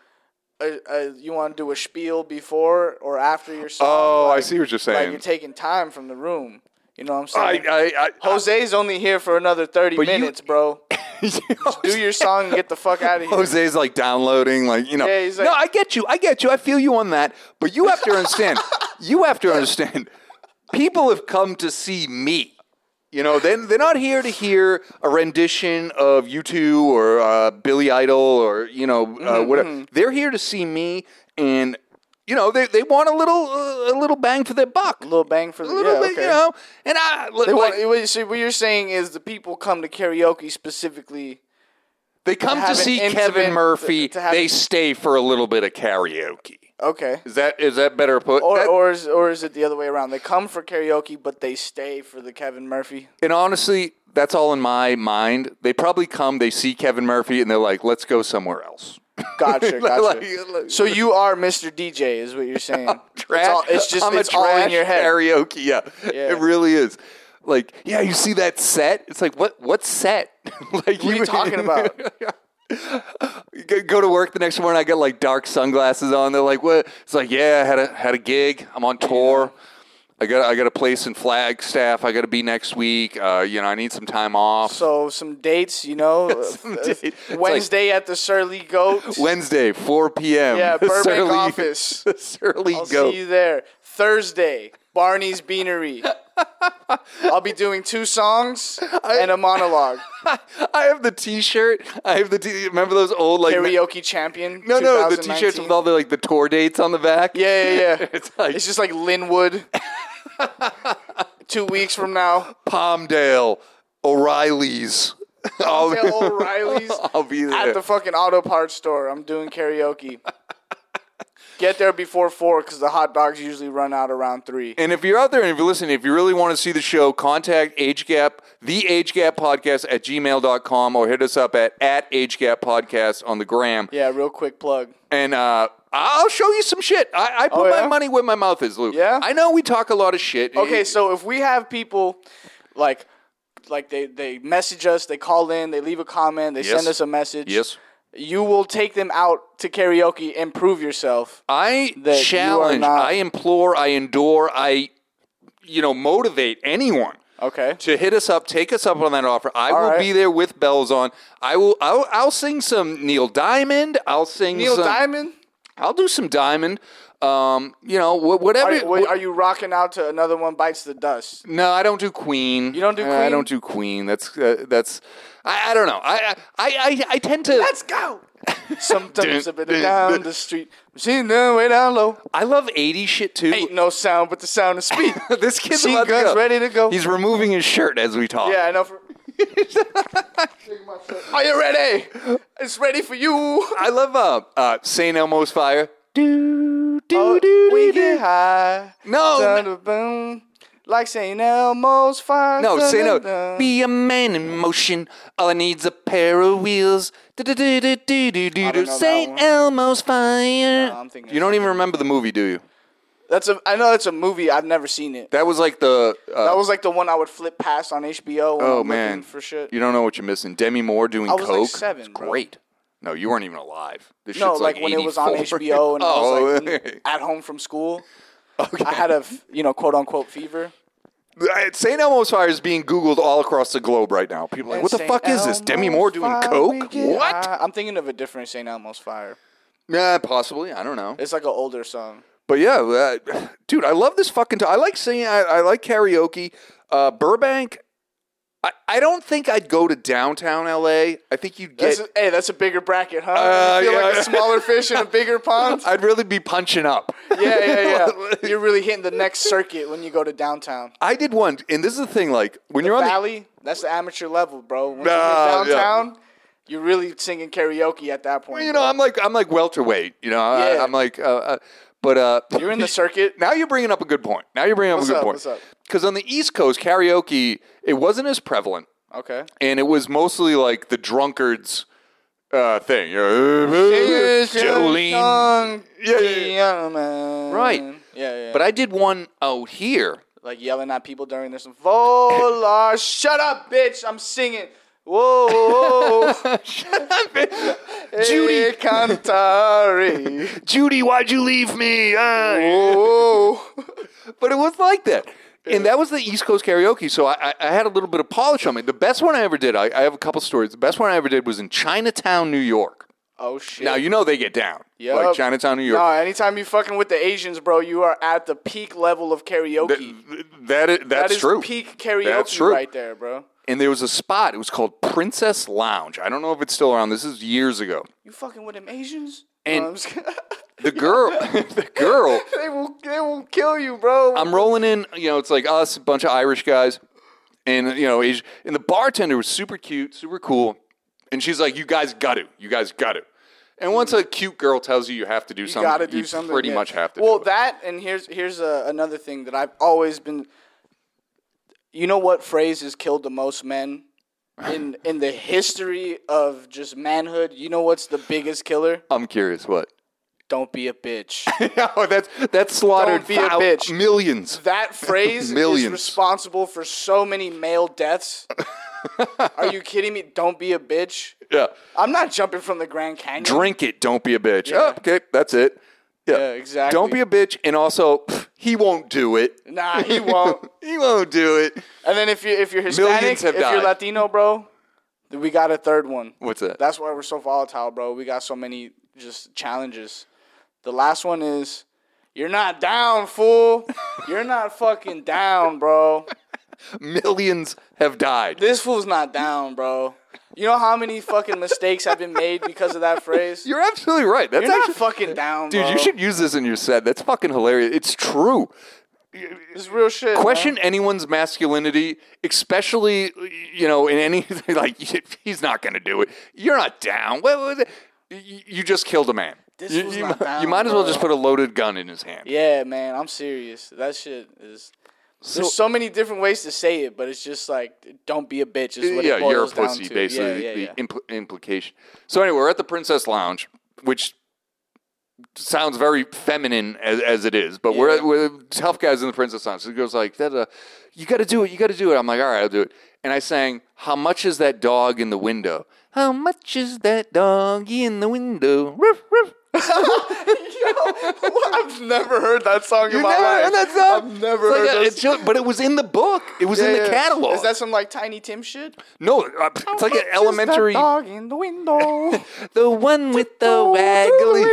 Speaker 2: a, a you want to do a spiel before or after your song
Speaker 1: Oh, I
Speaker 2: like-
Speaker 1: see what you're
Speaker 2: like
Speaker 1: saying.
Speaker 2: you're taking time from the room you know what i'm
Speaker 1: I,
Speaker 2: saying
Speaker 1: I, I,
Speaker 2: jose's only here for another 30
Speaker 1: you-
Speaker 2: minutes bro do your song and get the fuck out of here
Speaker 1: Jose's like downloading, like you know.
Speaker 2: Yeah, he's like-
Speaker 1: no, I get you. I get you. I feel you on that. But you have to understand. you have to understand. People have come to see me. You know, they they're not here to hear a rendition of U2 or uh, Billy Idol or you know uh,
Speaker 2: Mm-hmm,
Speaker 1: whatever. They're here to see me, and you know they, they want a little uh, a little bang for their buck,
Speaker 2: little bang for the
Speaker 1: a little
Speaker 2: yeah,
Speaker 1: bit,
Speaker 2: okay.
Speaker 1: you know. And I
Speaker 2: They
Speaker 1: like,
Speaker 2: want- what, you see, what you're saying is the people come to karaoke specifically
Speaker 1: They come to,
Speaker 2: have an
Speaker 1: see
Speaker 2: intimate-
Speaker 1: Kevin Murphy.
Speaker 2: to have-
Speaker 1: they stay for a little bit of karaoke.
Speaker 2: okay
Speaker 1: Is that is that better put?
Speaker 2: or,
Speaker 1: That-
Speaker 2: or, is, or is it the other way around they come for karaoke but they stay for the kevin murphy
Speaker 1: and honestly, that's all in my mind. They probably come, they see Kevin Murphy, and they're like, "Let's go somewhere else."
Speaker 2: Gotcha, gotcha.
Speaker 1: Like-
Speaker 2: so you are Mr. DJ, is what you're saying.
Speaker 1: Trash.
Speaker 2: It's, all, it's just
Speaker 1: I'm
Speaker 2: it's
Speaker 1: a trash
Speaker 2: all in your head.
Speaker 1: Karaoke, yeah.
Speaker 2: Yeah.
Speaker 1: it really is. Like, yeah, you see that set? It's like, what? What set? like,
Speaker 2: What are you talking about?
Speaker 1: Go- go to work the next morning. I got like dark sunglasses on. They're like, "What?" It's like, "Yeah, I had a had a gig. I'm on tour. I got I got a place in Flagstaff. I got to be next week. Uh, you know, I need some time off.
Speaker 2: So some dates, you know,
Speaker 1: Some
Speaker 2: uh,
Speaker 1: date- it's like-
Speaker 2: Wednesday at the Surly Goat.
Speaker 1: Wednesday, 4 p.m.
Speaker 2: yeah, Burbank
Speaker 1: Surly-
Speaker 2: office.
Speaker 1: Surly
Speaker 2: I'll
Speaker 1: goat.
Speaker 2: see you there. Thursday, Barney's Beanery. I'll be doing two songs and a monologue.
Speaker 1: I have the T-shirt. I have the t- remember those old like
Speaker 2: Karaoke champion.
Speaker 1: no no the T-shirts
Speaker 2: 2019.
Speaker 1: with all the like the tour dates on the back.
Speaker 2: Yeah, yeah, yeah.
Speaker 1: it's like
Speaker 2: It's just like Linwood. two weeks from now.
Speaker 1: Palmdale, O'Reilly's. I'll,
Speaker 2: At O'Reilly's.
Speaker 1: I'll be there.
Speaker 2: at the fucking auto parts store. I'm doing karaoke. Get there before four because the hot dogs usually run out around three.
Speaker 1: And if you're out there and if you're listening, if you really want to see the show, contact Age Gap, the Age Gap Podcast at gmail.com or hit us up at, at Age Gap Podcast on the gram.
Speaker 2: Yeah, real quick plug.
Speaker 1: And uh, I'll show you some shit. I, I put
Speaker 2: Oh, yeah?
Speaker 1: my money where my mouth is, Luke.
Speaker 2: Yeah?
Speaker 1: I know we talk a lot of shit.
Speaker 2: Okay, so if we have people like like they, they message us, they call in, they leave a comment, they
Speaker 1: Yes.
Speaker 2: send us a message.
Speaker 1: Yes.
Speaker 2: You will take them out to karaoke and prove yourself.
Speaker 1: I
Speaker 2: That you are
Speaker 1: challenge,
Speaker 2: not-
Speaker 1: I implore, I endure, I, you know, motivate anyone
Speaker 2: Okay.
Speaker 1: to hit us up, take us up on that offer. I will
Speaker 2: right.
Speaker 1: be there with bells on. I will. I'll, I'll sing some Neil Diamond. I'll sing
Speaker 2: Neil
Speaker 1: some,
Speaker 2: Diamond?
Speaker 1: I'll do some Diamond. Um, you know, wh- whatever.
Speaker 2: Are, you- wait, are you rocking out to another one bites the dust?
Speaker 1: No, I don't do Queen. You
Speaker 2: don't do
Speaker 1: I
Speaker 2: Queen?
Speaker 1: don't do Queen. That's uh, that's. I, I don't know. I I I, I tend to.
Speaker 2: Let's go. Sometimes I've been down the street, machine gun way down low.
Speaker 1: I love 80s shit too.
Speaker 2: Ain't no sound but the sound of speed.
Speaker 1: this kid's
Speaker 2: Machine
Speaker 1: about to
Speaker 2: gun's
Speaker 1: go.
Speaker 2: ready to go.
Speaker 1: He's removing his shirt as we talk.
Speaker 2: yeah, I know. For- Are you ready? It's ready for you.
Speaker 1: I love uh, uh St. Elmo's Fire. Do do
Speaker 2: Oh,
Speaker 1: do
Speaker 2: we
Speaker 1: do, do.
Speaker 2: get high.
Speaker 1: No,
Speaker 2: Sound
Speaker 1: no.
Speaker 2: of boom. Like St. Elmo's fire.
Speaker 1: No, say no.
Speaker 2: Dun-dun-dun.
Speaker 1: Be a man in motion. All I need's a pair of wheels.
Speaker 2: know
Speaker 1: Do-do-do-do-do-do-do.
Speaker 2: that
Speaker 1: St.
Speaker 2: one.
Speaker 1: Elmo's fire.
Speaker 2: I'm thinking
Speaker 1: you don't even remember the movie, do you?
Speaker 2: That's a. I know that's a movie. I've never seen it.
Speaker 1: That was like the. Uh,
Speaker 2: That was like the one I would flip past on HBO. When I'm
Speaker 1: oh
Speaker 2: looking
Speaker 1: man,
Speaker 2: for shit.
Speaker 1: You don't know what you're missing. Demi Moore doing
Speaker 2: was, like,
Speaker 1: coke.
Speaker 2: seven,
Speaker 1: It's
Speaker 2: bro.
Speaker 1: great. No, you weren't even alive. This
Speaker 2: No,
Speaker 1: shit's
Speaker 2: like, when it was on
Speaker 1: 84.
Speaker 2: HBO and I was like
Speaker 1: Oh,
Speaker 2: n- at home from school.
Speaker 1: okay.
Speaker 2: I had a f- you know quote unquote fever.
Speaker 1: Uh, St. Elmo's Fire is being Googled all across the globe right now. People are like, what the
Speaker 2: St.
Speaker 1: fuck is this? Demi
Speaker 2: Elmo's
Speaker 1: Moore doing
Speaker 2: fire,
Speaker 1: coke?
Speaker 2: we get
Speaker 1: What?
Speaker 2: high. Uh, I'm thinking of a different St. Elmo's Fire.
Speaker 1: Nah, possibly. I don't know.
Speaker 2: It's like an older song.
Speaker 1: But yeah, uh, dude, I love this fucking. T- I like singing. I, I like karaoke. Uh, Burbank. I, I don't think I'd go to downtown LA. I think you'd get.
Speaker 2: That's a- hey, that's a bigger bracket, huh?
Speaker 1: Uh,
Speaker 2: you feel like
Speaker 1: yeah.
Speaker 2: a smaller fish in a bigger pond.
Speaker 1: I'd really be punching up.
Speaker 2: Yeah, yeah, yeah. You're really hitting the next circuit when you go to downtown.
Speaker 1: I did one, and this is the thing. Like when you're on the
Speaker 2: Valley, that's the amateur level, bro.
Speaker 1: Nah,
Speaker 2: When you
Speaker 1: yeah.
Speaker 2: hit downtown, you're really singing karaoke at that point.
Speaker 1: you know, I'm like I'm like welterweight. You know, I,
Speaker 2: Yeah.
Speaker 1: I'm like, uh, uh, but uh,
Speaker 2: you're in the circuit.
Speaker 1: now you're bringing up a good point. Now you're bringing up
Speaker 2: What's
Speaker 1: a good
Speaker 2: up,
Speaker 1: point.
Speaker 2: what's up?
Speaker 1: Because on the East Coast, karaoke it wasn't as prevalent.
Speaker 2: Okay.
Speaker 1: and it was mostly like the drunkards uh, thing. You're, Jolene. Yeah,
Speaker 2: Yeah,
Speaker 1: yeah, Right.
Speaker 2: Yeah, yeah.
Speaker 1: But I did one out here.
Speaker 2: like yelling at people during this Volar, shut up, bitch! I'm singing. Whoa, whoa, whoa.
Speaker 1: Judy,
Speaker 2: Eh, Cantare.
Speaker 1: Judy, why'd you leave me? Uh,
Speaker 2: Whoa.
Speaker 1: but it was like that. And that was the East Coast karaoke, so I, I, I had a little bit of polish on me. The best one I ever did, I, I have a couple stories. The best one I ever did was in Chinatown, New York.
Speaker 2: Oh shit.
Speaker 1: Now you know they get down, like
Speaker 2: Yup.
Speaker 1: Chinatown, New York.
Speaker 2: No, anytime you fucking with the Asians, bro, you are at the peak level of karaoke.
Speaker 1: Th- that is, that's
Speaker 2: that is
Speaker 1: true.
Speaker 2: peak karaoke
Speaker 1: That's true.
Speaker 2: right there, bro.
Speaker 1: and there was a spot. It was called Princess Lounge. I don't know if it's still around. This is years ago.
Speaker 2: You fucking with them Asians?
Speaker 1: And-
Speaker 2: No, I'm just kidding.
Speaker 1: The girl, the girl.
Speaker 2: they will they will kill you, bro.
Speaker 1: I'm rolling in. You know, it's like us, a bunch of Irish guys, and you know, Asi- and the bartender was super cute, super cool, and she's like, "You guys got to, you guys got to." And once a cute girl tells you you have to do
Speaker 2: you
Speaker 1: something,
Speaker 2: gotta do something.
Speaker 1: pretty
Speaker 2: yeah.
Speaker 1: much have to.
Speaker 2: Well,
Speaker 1: do it.
Speaker 2: that and here's here's uh, another thing that I've always been. You know what phrase has killed the most men in in the history of just manhood? You know what's the biggest killer?
Speaker 1: I'm curious. What?
Speaker 2: Don't be a bitch.
Speaker 1: oh, that's that's slaughtered
Speaker 2: Don't be a
Speaker 1: thou-
Speaker 2: bitch.
Speaker 1: millions.
Speaker 2: That phrase is
Speaker 1: Millions.
Speaker 2: responsible for so many male deaths. Are you kidding me? Don't be a bitch.
Speaker 1: Yeah,
Speaker 2: I'm not jumping from the Grand Canyon.
Speaker 1: drink it. Don't be a bitch. Oh, okay, that's it. Yeah,
Speaker 2: Yeah, exactly.
Speaker 1: Don't be a bitch, and also pff, he won't do it.
Speaker 2: Nah, he won't.
Speaker 1: he won't do it.
Speaker 2: and then if you if you're Hispanic,
Speaker 1: Millions have
Speaker 2: if
Speaker 1: died.
Speaker 2: you're Latino, bro, then we got a third one.
Speaker 1: What's that?
Speaker 2: That's why we're so volatile, bro. We got so many just challenges. The last one is you're not down, fool. You're not fucking down, bro.
Speaker 1: Millions have died.
Speaker 2: This fool's not down, bro. You know how many fucking mistakes have been made because of that phrase?
Speaker 1: You're absolutely right. That's
Speaker 2: You're not
Speaker 1: actually,
Speaker 2: fucking down,
Speaker 1: dude.
Speaker 2: bro.
Speaker 1: You should use this in your set. That's fucking hilarious. It's true.
Speaker 2: It's real shit. man.
Speaker 1: Question anyone's masculinity, especially you know in any like he's not going to do it. You're not down. What, what- you you just killed a man.
Speaker 2: This
Speaker 1: you,
Speaker 2: was
Speaker 1: you
Speaker 2: not
Speaker 1: mi-
Speaker 2: down,
Speaker 1: you might as well
Speaker 2: bro.
Speaker 1: just put a loaded gun in his hand.
Speaker 2: Yeah, man, I'm serious. That shit is.
Speaker 1: So-
Speaker 2: there's so many different ways to say it, but it's just like, don't be a bitch. Is what
Speaker 1: yeah,
Speaker 2: it
Speaker 1: you're a
Speaker 2: boils down
Speaker 1: pussy,
Speaker 2: to.
Speaker 1: basically.
Speaker 2: Yeah,
Speaker 1: the
Speaker 2: yeah, yeah.
Speaker 1: impl- implication. So anyway, we're at the Princess Lounge, which sounds very feminine as, as it is, but we're,
Speaker 2: Yeah.
Speaker 1: we're tough guys in the Princess Lounge. So it goes like, da, da, "You got to do it. You got to do it." I'm like, "All right, I'll do it." And I sang, "How much is that dog in the window? How much is that dog in the window?" Ruff, ruff.
Speaker 2: I've never heard that song in
Speaker 1: You
Speaker 2: my
Speaker 1: never
Speaker 2: life.
Speaker 1: heard that song?
Speaker 2: I've never
Speaker 1: It's like
Speaker 2: heard
Speaker 1: a-
Speaker 2: that
Speaker 1: it's just- but it was in the book. It was in the
Speaker 2: Yeah, yeah.
Speaker 1: catalog.
Speaker 2: Is that some like Tiny Tim shit?
Speaker 1: no, uh, it's like an
Speaker 2: Just
Speaker 1: elementary.
Speaker 2: That dog in the window.
Speaker 1: The one with the
Speaker 2: Through the
Speaker 1: waggly.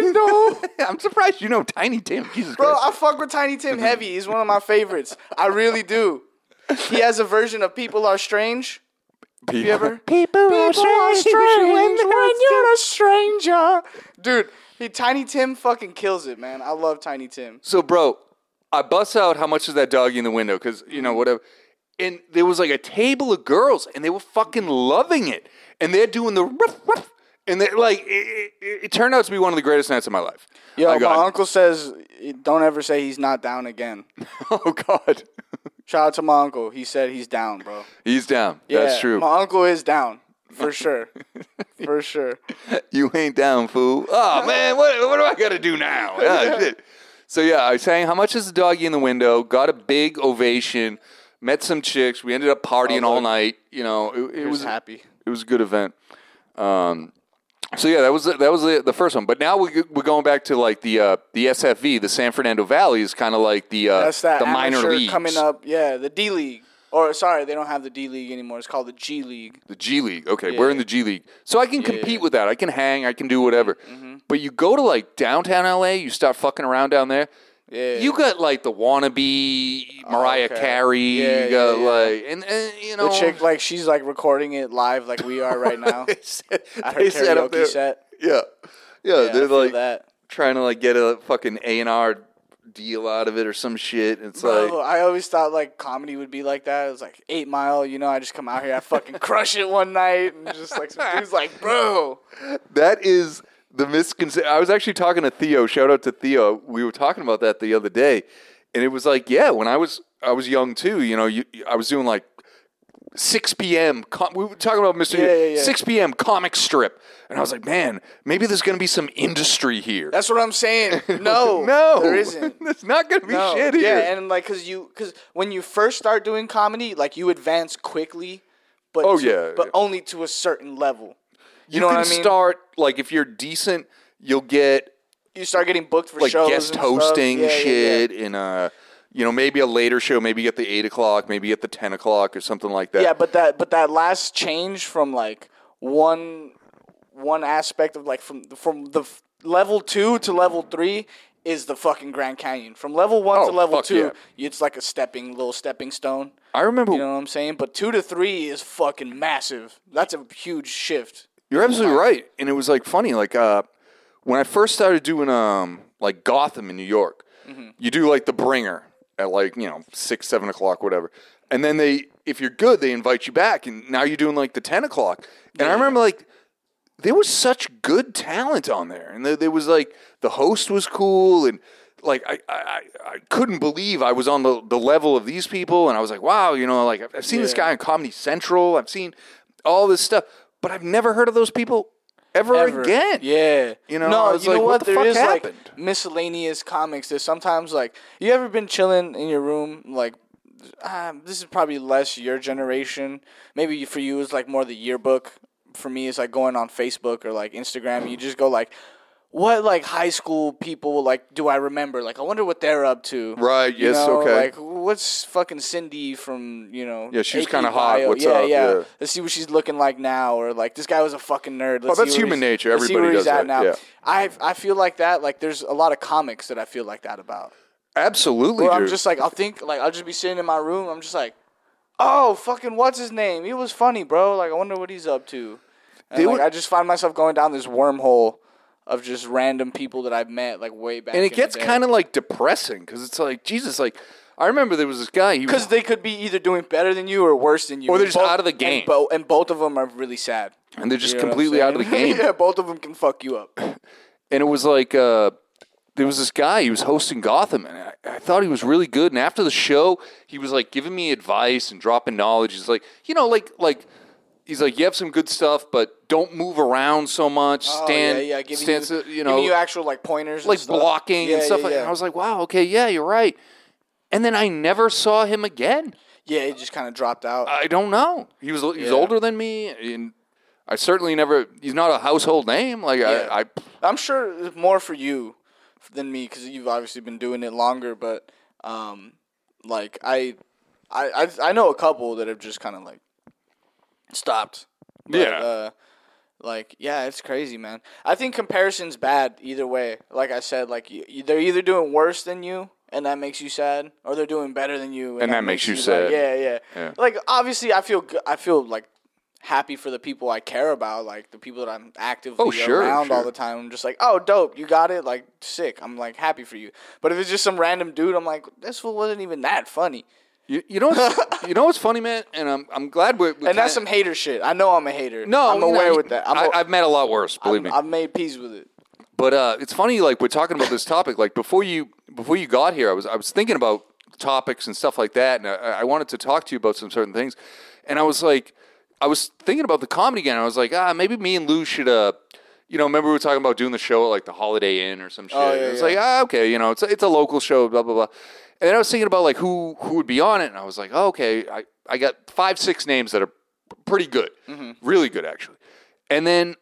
Speaker 2: window.
Speaker 1: I'm surprised you know Tiny Tim. Jesus
Speaker 2: Bro,
Speaker 1: Christ.
Speaker 2: I fuck with Tiny Tim heavy. He's one of my favorites. I really do. He has a version of People Are Strange.
Speaker 1: People,
Speaker 2: You ever?
Speaker 1: people,
Speaker 2: a stranger. Dude, he Tiny Tim fucking kills it, man. I love Tiny Tim.
Speaker 1: So, bro, I bust out how much is that doggy in the window? Because, you know, whatever. And there was like a table of girls, and they were fucking loving it. And they're doing the ruff, ruff. And they're like, it, it, it turned out to be one of the greatest nights of my life.
Speaker 2: Yo,
Speaker 1: I
Speaker 2: my
Speaker 1: got-
Speaker 2: uncle says, don't ever say he's not down again.
Speaker 1: Oh, God.
Speaker 2: Shout out to my uncle. He said he's down, bro.
Speaker 1: He's down.
Speaker 2: Yeah,
Speaker 1: That's true.
Speaker 2: My uncle is down. For sure. For sure.
Speaker 1: You ain't down, fool. Oh man, what what do I gotta do now? Yeah, shit. So yeah, I sang how much is the doggy in the window? Got a big ovation, met some chicks, we ended up partying all
Speaker 2: Oh, look.
Speaker 1: night, you know, it, it
Speaker 2: He was
Speaker 1: was
Speaker 2: happy.
Speaker 1: it was a good event. Um so yeah, that was the- that was the, the first one. But now we we're going back to like the uh, the SFV, the San Fernando Valley is kind of like the uh,
Speaker 2: That's that
Speaker 1: the minor
Speaker 2: amateur
Speaker 1: leagues,
Speaker 2: coming up. Yeah, the D League. Or sorry, they don't have the D League anymore. It's called the G League.
Speaker 1: the G League. Okay, we're in
Speaker 2: Yeah.
Speaker 1: the G League, so I can compete with that. I can hang, I can do whatever.
Speaker 2: Mm-hmm.
Speaker 1: But you go to like downtown LA, you start fucking around down there.
Speaker 2: Yeah. Oh,
Speaker 1: You got like the wannabe Mariah
Speaker 2: okay.
Speaker 1: Carey.
Speaker 2: Yeah,
Speaker 1: you got
Speaker 2: yeah, yeah.
Speaker 1: like, and, and, you know,
Speaker 2: The chick, like, she's like recording it live, like we are right now.
Speaker 1: they said,
Speaker 2: At her
Speaker 1: they said up
Speaker 2: karaoke
Speaker 1: there-
Speaker 2: set.
Speaker 1: Yeah, yeah,
Speaker 2: Yeah, I
Speaker 1: they're
Speaker 2: feel
Speaker 1: like
Speaker 2: that.
Speaker 1: trying to like get a fucking A and R deal out of it or some shit. It's
Speaker 2: Bro,
Speaker 1: like,
Speaker 2: Oh, I always thought like comedy would be like that. It was like Eight Mile, you know. I just come out here, I fucking crush it one night, and just like some dude's like, bro,
Speaker 1: That is the misconception. I was actually talking to Theo. Shout out to Theo. We were talking about that the other day, and it was like, yeah, when I was I was young too. You know, you, I was doing like. 6 p.m. Com- we were talking about Mr.
Speaker 2: Yeah, yeah, yeah.
Speaker 1: 6 p.m. comic strip, and I was like, man, maybe there's going to be some industry here.
Speaker 2: that's what I'm saying. No,
Speaker 1: no,
Speaker 2: there isn't.
Speaker 1: There's not going to be
Speaker 2: No.
Speaker 1: shit here.
Speaker 2: Yeah, and like, cause you, cause when you first start doing comedy, like you advance quickly, but
Speaker 1: Oh,
Speaker 2: to-
Speaker 1: yeah,
Speaker 2: but
Speaker 1: yeah.
Speaker 2: only to a certain level. You,
Speaker 1: you
Speaker 2: know
Speaker 1: can
Speaker 2: what I mean?
Speaker 1: start like if you're decent, you'll get
Speaker 2: you start getting booked for
Speaker 1: like
Speaker 2: shows,
Speaker 1: guest
Speaker 2: and stuff.
Speaker 1: hosting
Speaker 2: Yeah, yeah, yeah.
Speaker 1: shit in a you know maybe a later show maybe at the 8 o'clock maybe at the 10 o'clock or something like that
Speaker 2: Yeah, but that but that last change from like one one aspect of like from from the f- level two to level three is the fucking Grand Canyon. From level one
Speaker 1: Oh,
Speaker 2: to level
Speaker 1: fuck
Speaker 2: two, it's like a stepping little stepping stone.
Speaker 1: i remember
Speaker 2: You know what I'm saying? But two to three is fucking massive. That's a huge shift.
Speaker 1: you're absolutely right and it was like funny like uh when i first started doing um like gotham in new york
Speaker 2: Mm-hmm.
Speaker 1: you do like the bringer at like you know 6 7 o'clock whatever and then they if you're good they invite you back and now you're doing like the 10 o'clock and i remember like there was such good talent on there, and there, there was like the host was cool, and like I, I, I- I couldn't believe I was on the, the level of these people, and I was like, wow, you know, like I've- I've seen this guy on Comedy Central, I've seen all this stuff, but I've never heard of those people ever,
Speaker 2: Ever.
Speaker 1: again.
Speaker 2: Yeah.
Speaker 1: You know,
Speaker 2: no,
Speaker 1: I was
Speaker 2: you know
Speaker 1: like,
Speaker 2: what?
Speaker 1: what the
Speaker 2: There
Speaker 1: fuck
Speaker 2: is,
Speaker 1: happened?
Speaker 2: like miscellaneous comics. There's sometimes like you ever been chilling in your room like. Um, this is probably less your generation. Maybe for you it's like more the yearbook. For me, it's like going on Facebook or like Instagram. You just go like, what like high school people like do I remember? Like I wonder what they're up to.
Speaker 1: Right,
Speaker 2: You
Speaker 1: yes,
Speaker 2: know,
Speaker 1: okay.
Speaker 2: Like what's fucking Cindy from you know?
Speaker 1: Yeah, she was
Speaker 2: AP
Speaker 1: kinda hot.
Speaker 2: bio.
Speaker 1: What's
Speaker 2: yeah,
Speaker 1: up?
Speaker 2: Yeah,
Speaker 1: Yeah.
Speaker 2: Let's see what she's looking like now, or like this guy was a fucking nerd. Let's
Speaker 1: Oh, that's
Speaker 2: see where
Speaker 1: human
Speaker 2: he's-
Speaker 1: nature.
Speaker 2: let's see
Speaker 1: Everybody
Speaker 2: where he's
Speaker 1: does
Speaker 2: at
Speaker 1: that, yeah.
Speaker 2: I I feel like that. Like there's a lot of comics that I feel like that about.
Speaker 1: Absolutely,
Speaker 2: Where I'm
Speaker 1: dude.
Speaker 2: just like I'll think like I'll just be sitting in my room. I'm just like, oh fucking what's his name? He was funny, bro. Like I wonder what he's up to. And
Speaker 1: They
Speaker 2: like
Speaker 1: were-
Speaker 2: I just find myself going down this wormhole of just random people that I've met like way back.
Speaker 1: and it gets kind of like depressing because it's like Jesus, like I remember there was this guy. He
Speaker 2: because
Speaker 1: was,
Speaker 2: they could be either doing better than you or worse than you,
Speaker 1: Or they're
Speaker 2: And
Speaker 1: just out of the game.
Speaker 2: And, bo- and both of them are really sad.
Speaker 1: and they're just
Speaker 2: You know what I'm
Speaker 1: completely out of the
Speaker 2: saying?
Speaker 1: game.
Speaker 2: yeah, both of them can fuck you up.
Speaker 1: and it was like uh, there was this guy he was hosting gotham and I, I thought he was really good and after the show he was like giving me advice and dropping knowledge he's like you know like like he's like you have some good stuff but don't move around so much
Speaker 2: Oh,
Speaker 1: stand
Speaker 2: yeah, yeah, giving
Speaker 1: stand
Speaker 2: you,
Speaker 1: so- you
Speaker 2: giving you
Speaker 1: know
Speaker 2: actual like pointers,
Speaker 1: like
Speaker 2: and stuff.
Speaker 1: blocking
Speaker 2: Yeah,
Speaker 1: and stuff
Speaker 2: yeah,
Speaker 1: like
Speaker 2: yeah.
Speaker 1: that and i was like wow okay yeah you're right and then i never saw him again Uh,
Speaker 2: yeah, it just kind of dropped out.
Speaker 1: i don't know he was he was
Speaker 2: Yeah.
Speaker 1: older than me and I certainly never. He's not a household name. Like
Speaker 2: Yeah.
Speaker 1: I, I,
Speaker 2: I'm sure it's more for you than me because you've obviously been doing it longer. But um, like I, I, I, I know a couple that have just kind of like stopped. But,
Speaker 1: Yeah.
Speaker 2: Uh, like yeah, it's crazy, man. I think comparison's bad either way. Like I said, like y y- they're either doing worse than you, and that makes you sad, or they're doing better than you, and,
Speaker 1: that makes you sad.
Speaker 2: like, yeah, yeah,
Speaker 1: Yeah.
Speaker 2: Like obviously, I feel g- I feel like happy for the people I care about, like the people that I'm actively
Speaker 1: Oh, sure,
Speaker 2: around all
Speaker 1: sure.
Speaker 2: the time. I'm just like, oh, dope, you got it. Like sick. I'm like happy for you. But if it's just some random dude, I'm like, this fool wasn't even that funny.
Speaker 1: you, you know, what's, you know what's funny, man, and I'm, I'm glad we're, we
Speaker 2: And that's some
Speaker 1: kinda-
Speaker 2: hater shit. I know I'm a hater.
Speaker 1: No,
Speaker 2: I'm
Speaker 1: you know,
Speaker 2: aware
Speaker 1: you-
Speaker 2: with that. I'm
Speaker 1: I,
Speaker 2: a,
Speaker 1: I've met a lot worse. Believe me.
Speaker 2: I've made peace with it.
Speaker 1: But uh, it's funny, like we're talking about this topic. Like before you before you got here, I was I was thinking about topics and stuff like that, and I, I wanted to talk to you about some certain things. And I was like, I was thinking about the comedy again. I was like, ah, maybe me and Lou should, uh, you know, remember we were talking about doing the show at like the Holiday Inn or some shit.
Speaker 2: Oh,
Speaker 1: And
Speaker 2: yeah,
Speaker 1: I was
Speaker 2: yeah.
Speaker 1: like, ah, okay, you know, it's a, it's a local show, blah blah blah. And then I was thinking about like who who would be on it, and I was like, oh, okay, I I got five six names that are pretty good, really good actually. And then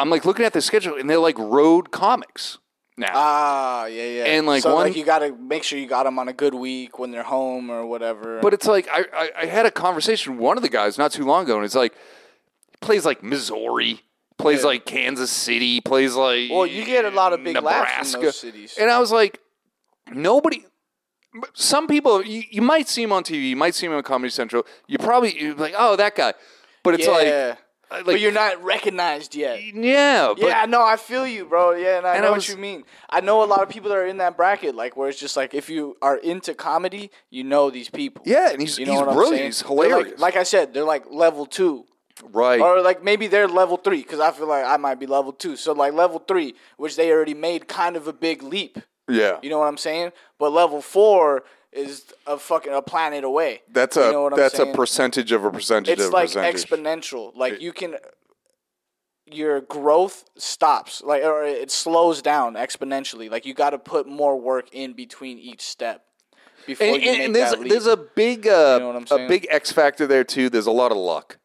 Speaker 1: I'm like looking at the schedule, and they're like road comics now.
Speaker 2: Ah, yeah, yeah.
Speaker 1: And, like,
Speaker 2: so,
Speaker 1: one-
Speaker 2: like you got to make sure you got them on a good week when they're home or whatever.
Speaker 1: but it's like I, I I had a conversation with one of the guys not too long ago, and it's like he plays like Missouri, plays like Kansas City, plays like
Speaker 2: well, you get a lot of big laughs
Speaker 1: Nebraska,
Speaker 2: in those cities.
Speaker 1: and I was like, nobody. Some people you, you might see him on TV, you might see him on Comedy Central. You probably you're like, oh, that guy, but it's
Speaker 2: yeah.
Speaker 1: like, like
Speaker 2: but you're not recognized yet.
Speaker 1: yeah, but
Speaker 2: yeah, no, I feel you, bro. Yeah, and I
Speaker 1: And
Speaker 2: know
Speaker 1: I
Speaker 2: what
Speaker 1: was-
Speaker 2: you mean. I know a lot of people that are in that bracket, like where it's just like if you are into comedy, you know these people.
Speaker 1: Yeah, and he's-
Speaker 2: you know
Speaker 1: he's
Speaker 2: what I'm
Speaker 1: brilliant.
Speaker 2: saying?
Speaker 1: He's
Speaker 2: They're like-
Speaker 1: hilarious.
Speaker 2: Like, I said, they're like level two,
Speaker 1: right,
Speaker 2: or like maybe they're level three because I feel like I might be level two. So like level three, which they already made kind of a big leap.
Speaker 1: yeah,
Speaker 2: You know what I'm saying? But level four is a fucking a planet away.
Speaker 1: that's
Speaker 2: You
Speaker 1: a
Speaker 2: know what I'm
Speaker 1: that's a
Speaker 2: saying?
Speaker 1: percentage of a percentage
Speaker 2: it's
Speaker 1: of
Speaker 2: like
Speaker 1: a percentage.
Speaker 2: exponential. Like you can, your growth stops, like or it slows down exponentially. Like you got to put more work in between each step before
Speaker 1: and,
Speaker 2: you
Speaker 1: and-
Speaker 2: make
Speaker 1: and there's,
Speaker 2: that leap.
Speaker 1: there's a big uh,
Speaker 2: know what I'm
Speaker 1: a
Speaker 2: saying?
Speaker 1: big X factor there too. There's a lot of luck.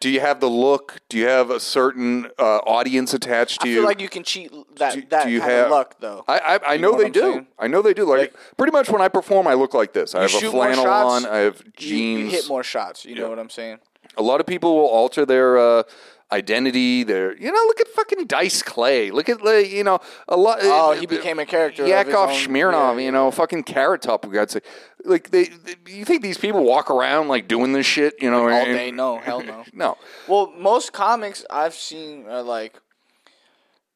Speaker 1: Do you have the look? Do you have a certain uh, audience attached to
Speaker 2: I
Speaker 1: you?
Speaker 2: feel like you can cheat that
Speaker 1: do,
Speaker 2: that
Speaker 1: do you
Speaker 2: kind
Speaker 1: have
Speaker 2: of luck though.
Speaker 1: I I, I
Speaker 2: know
Speaker 1: know,
Speaker 2: what
Speaker 1: they
Speaker 2: I'm
Speaker 1: do.
Speaker 2: saying?
Speaker 1: I know they do. Like, pretty much when I perform, I look like this. I have a
Speaker 2: shoot more
Speaker 1: flannel
Speaker 2: shots,
Speaker 1: on. I have
Speaker 2: You-
Speaker 1: jeans.
Speaker 2: You, hit more shots. You know what I'm saying?
Speaker 1: A lot of people will alter their uh, identity. Their you know, look at fucking Dice Clay. Look at like, you know a lot. uh,
Speaker 2: Oh, he became a character of his
Speaker 1: Yakov
Speaker 2: own-
Speaker 1: Smirnov.
Speaker 2: yeah,
Speaker 1: You know, fucking Carrot Top. We got to say, like they, they- You think these people walk around like doing this shit? You know,
Speaker 2: All
Speaker 1: and-
Speaker 2: day? No, hell no.
Speaker 1: No,
Speaker 2: Well, most comics I've seen are like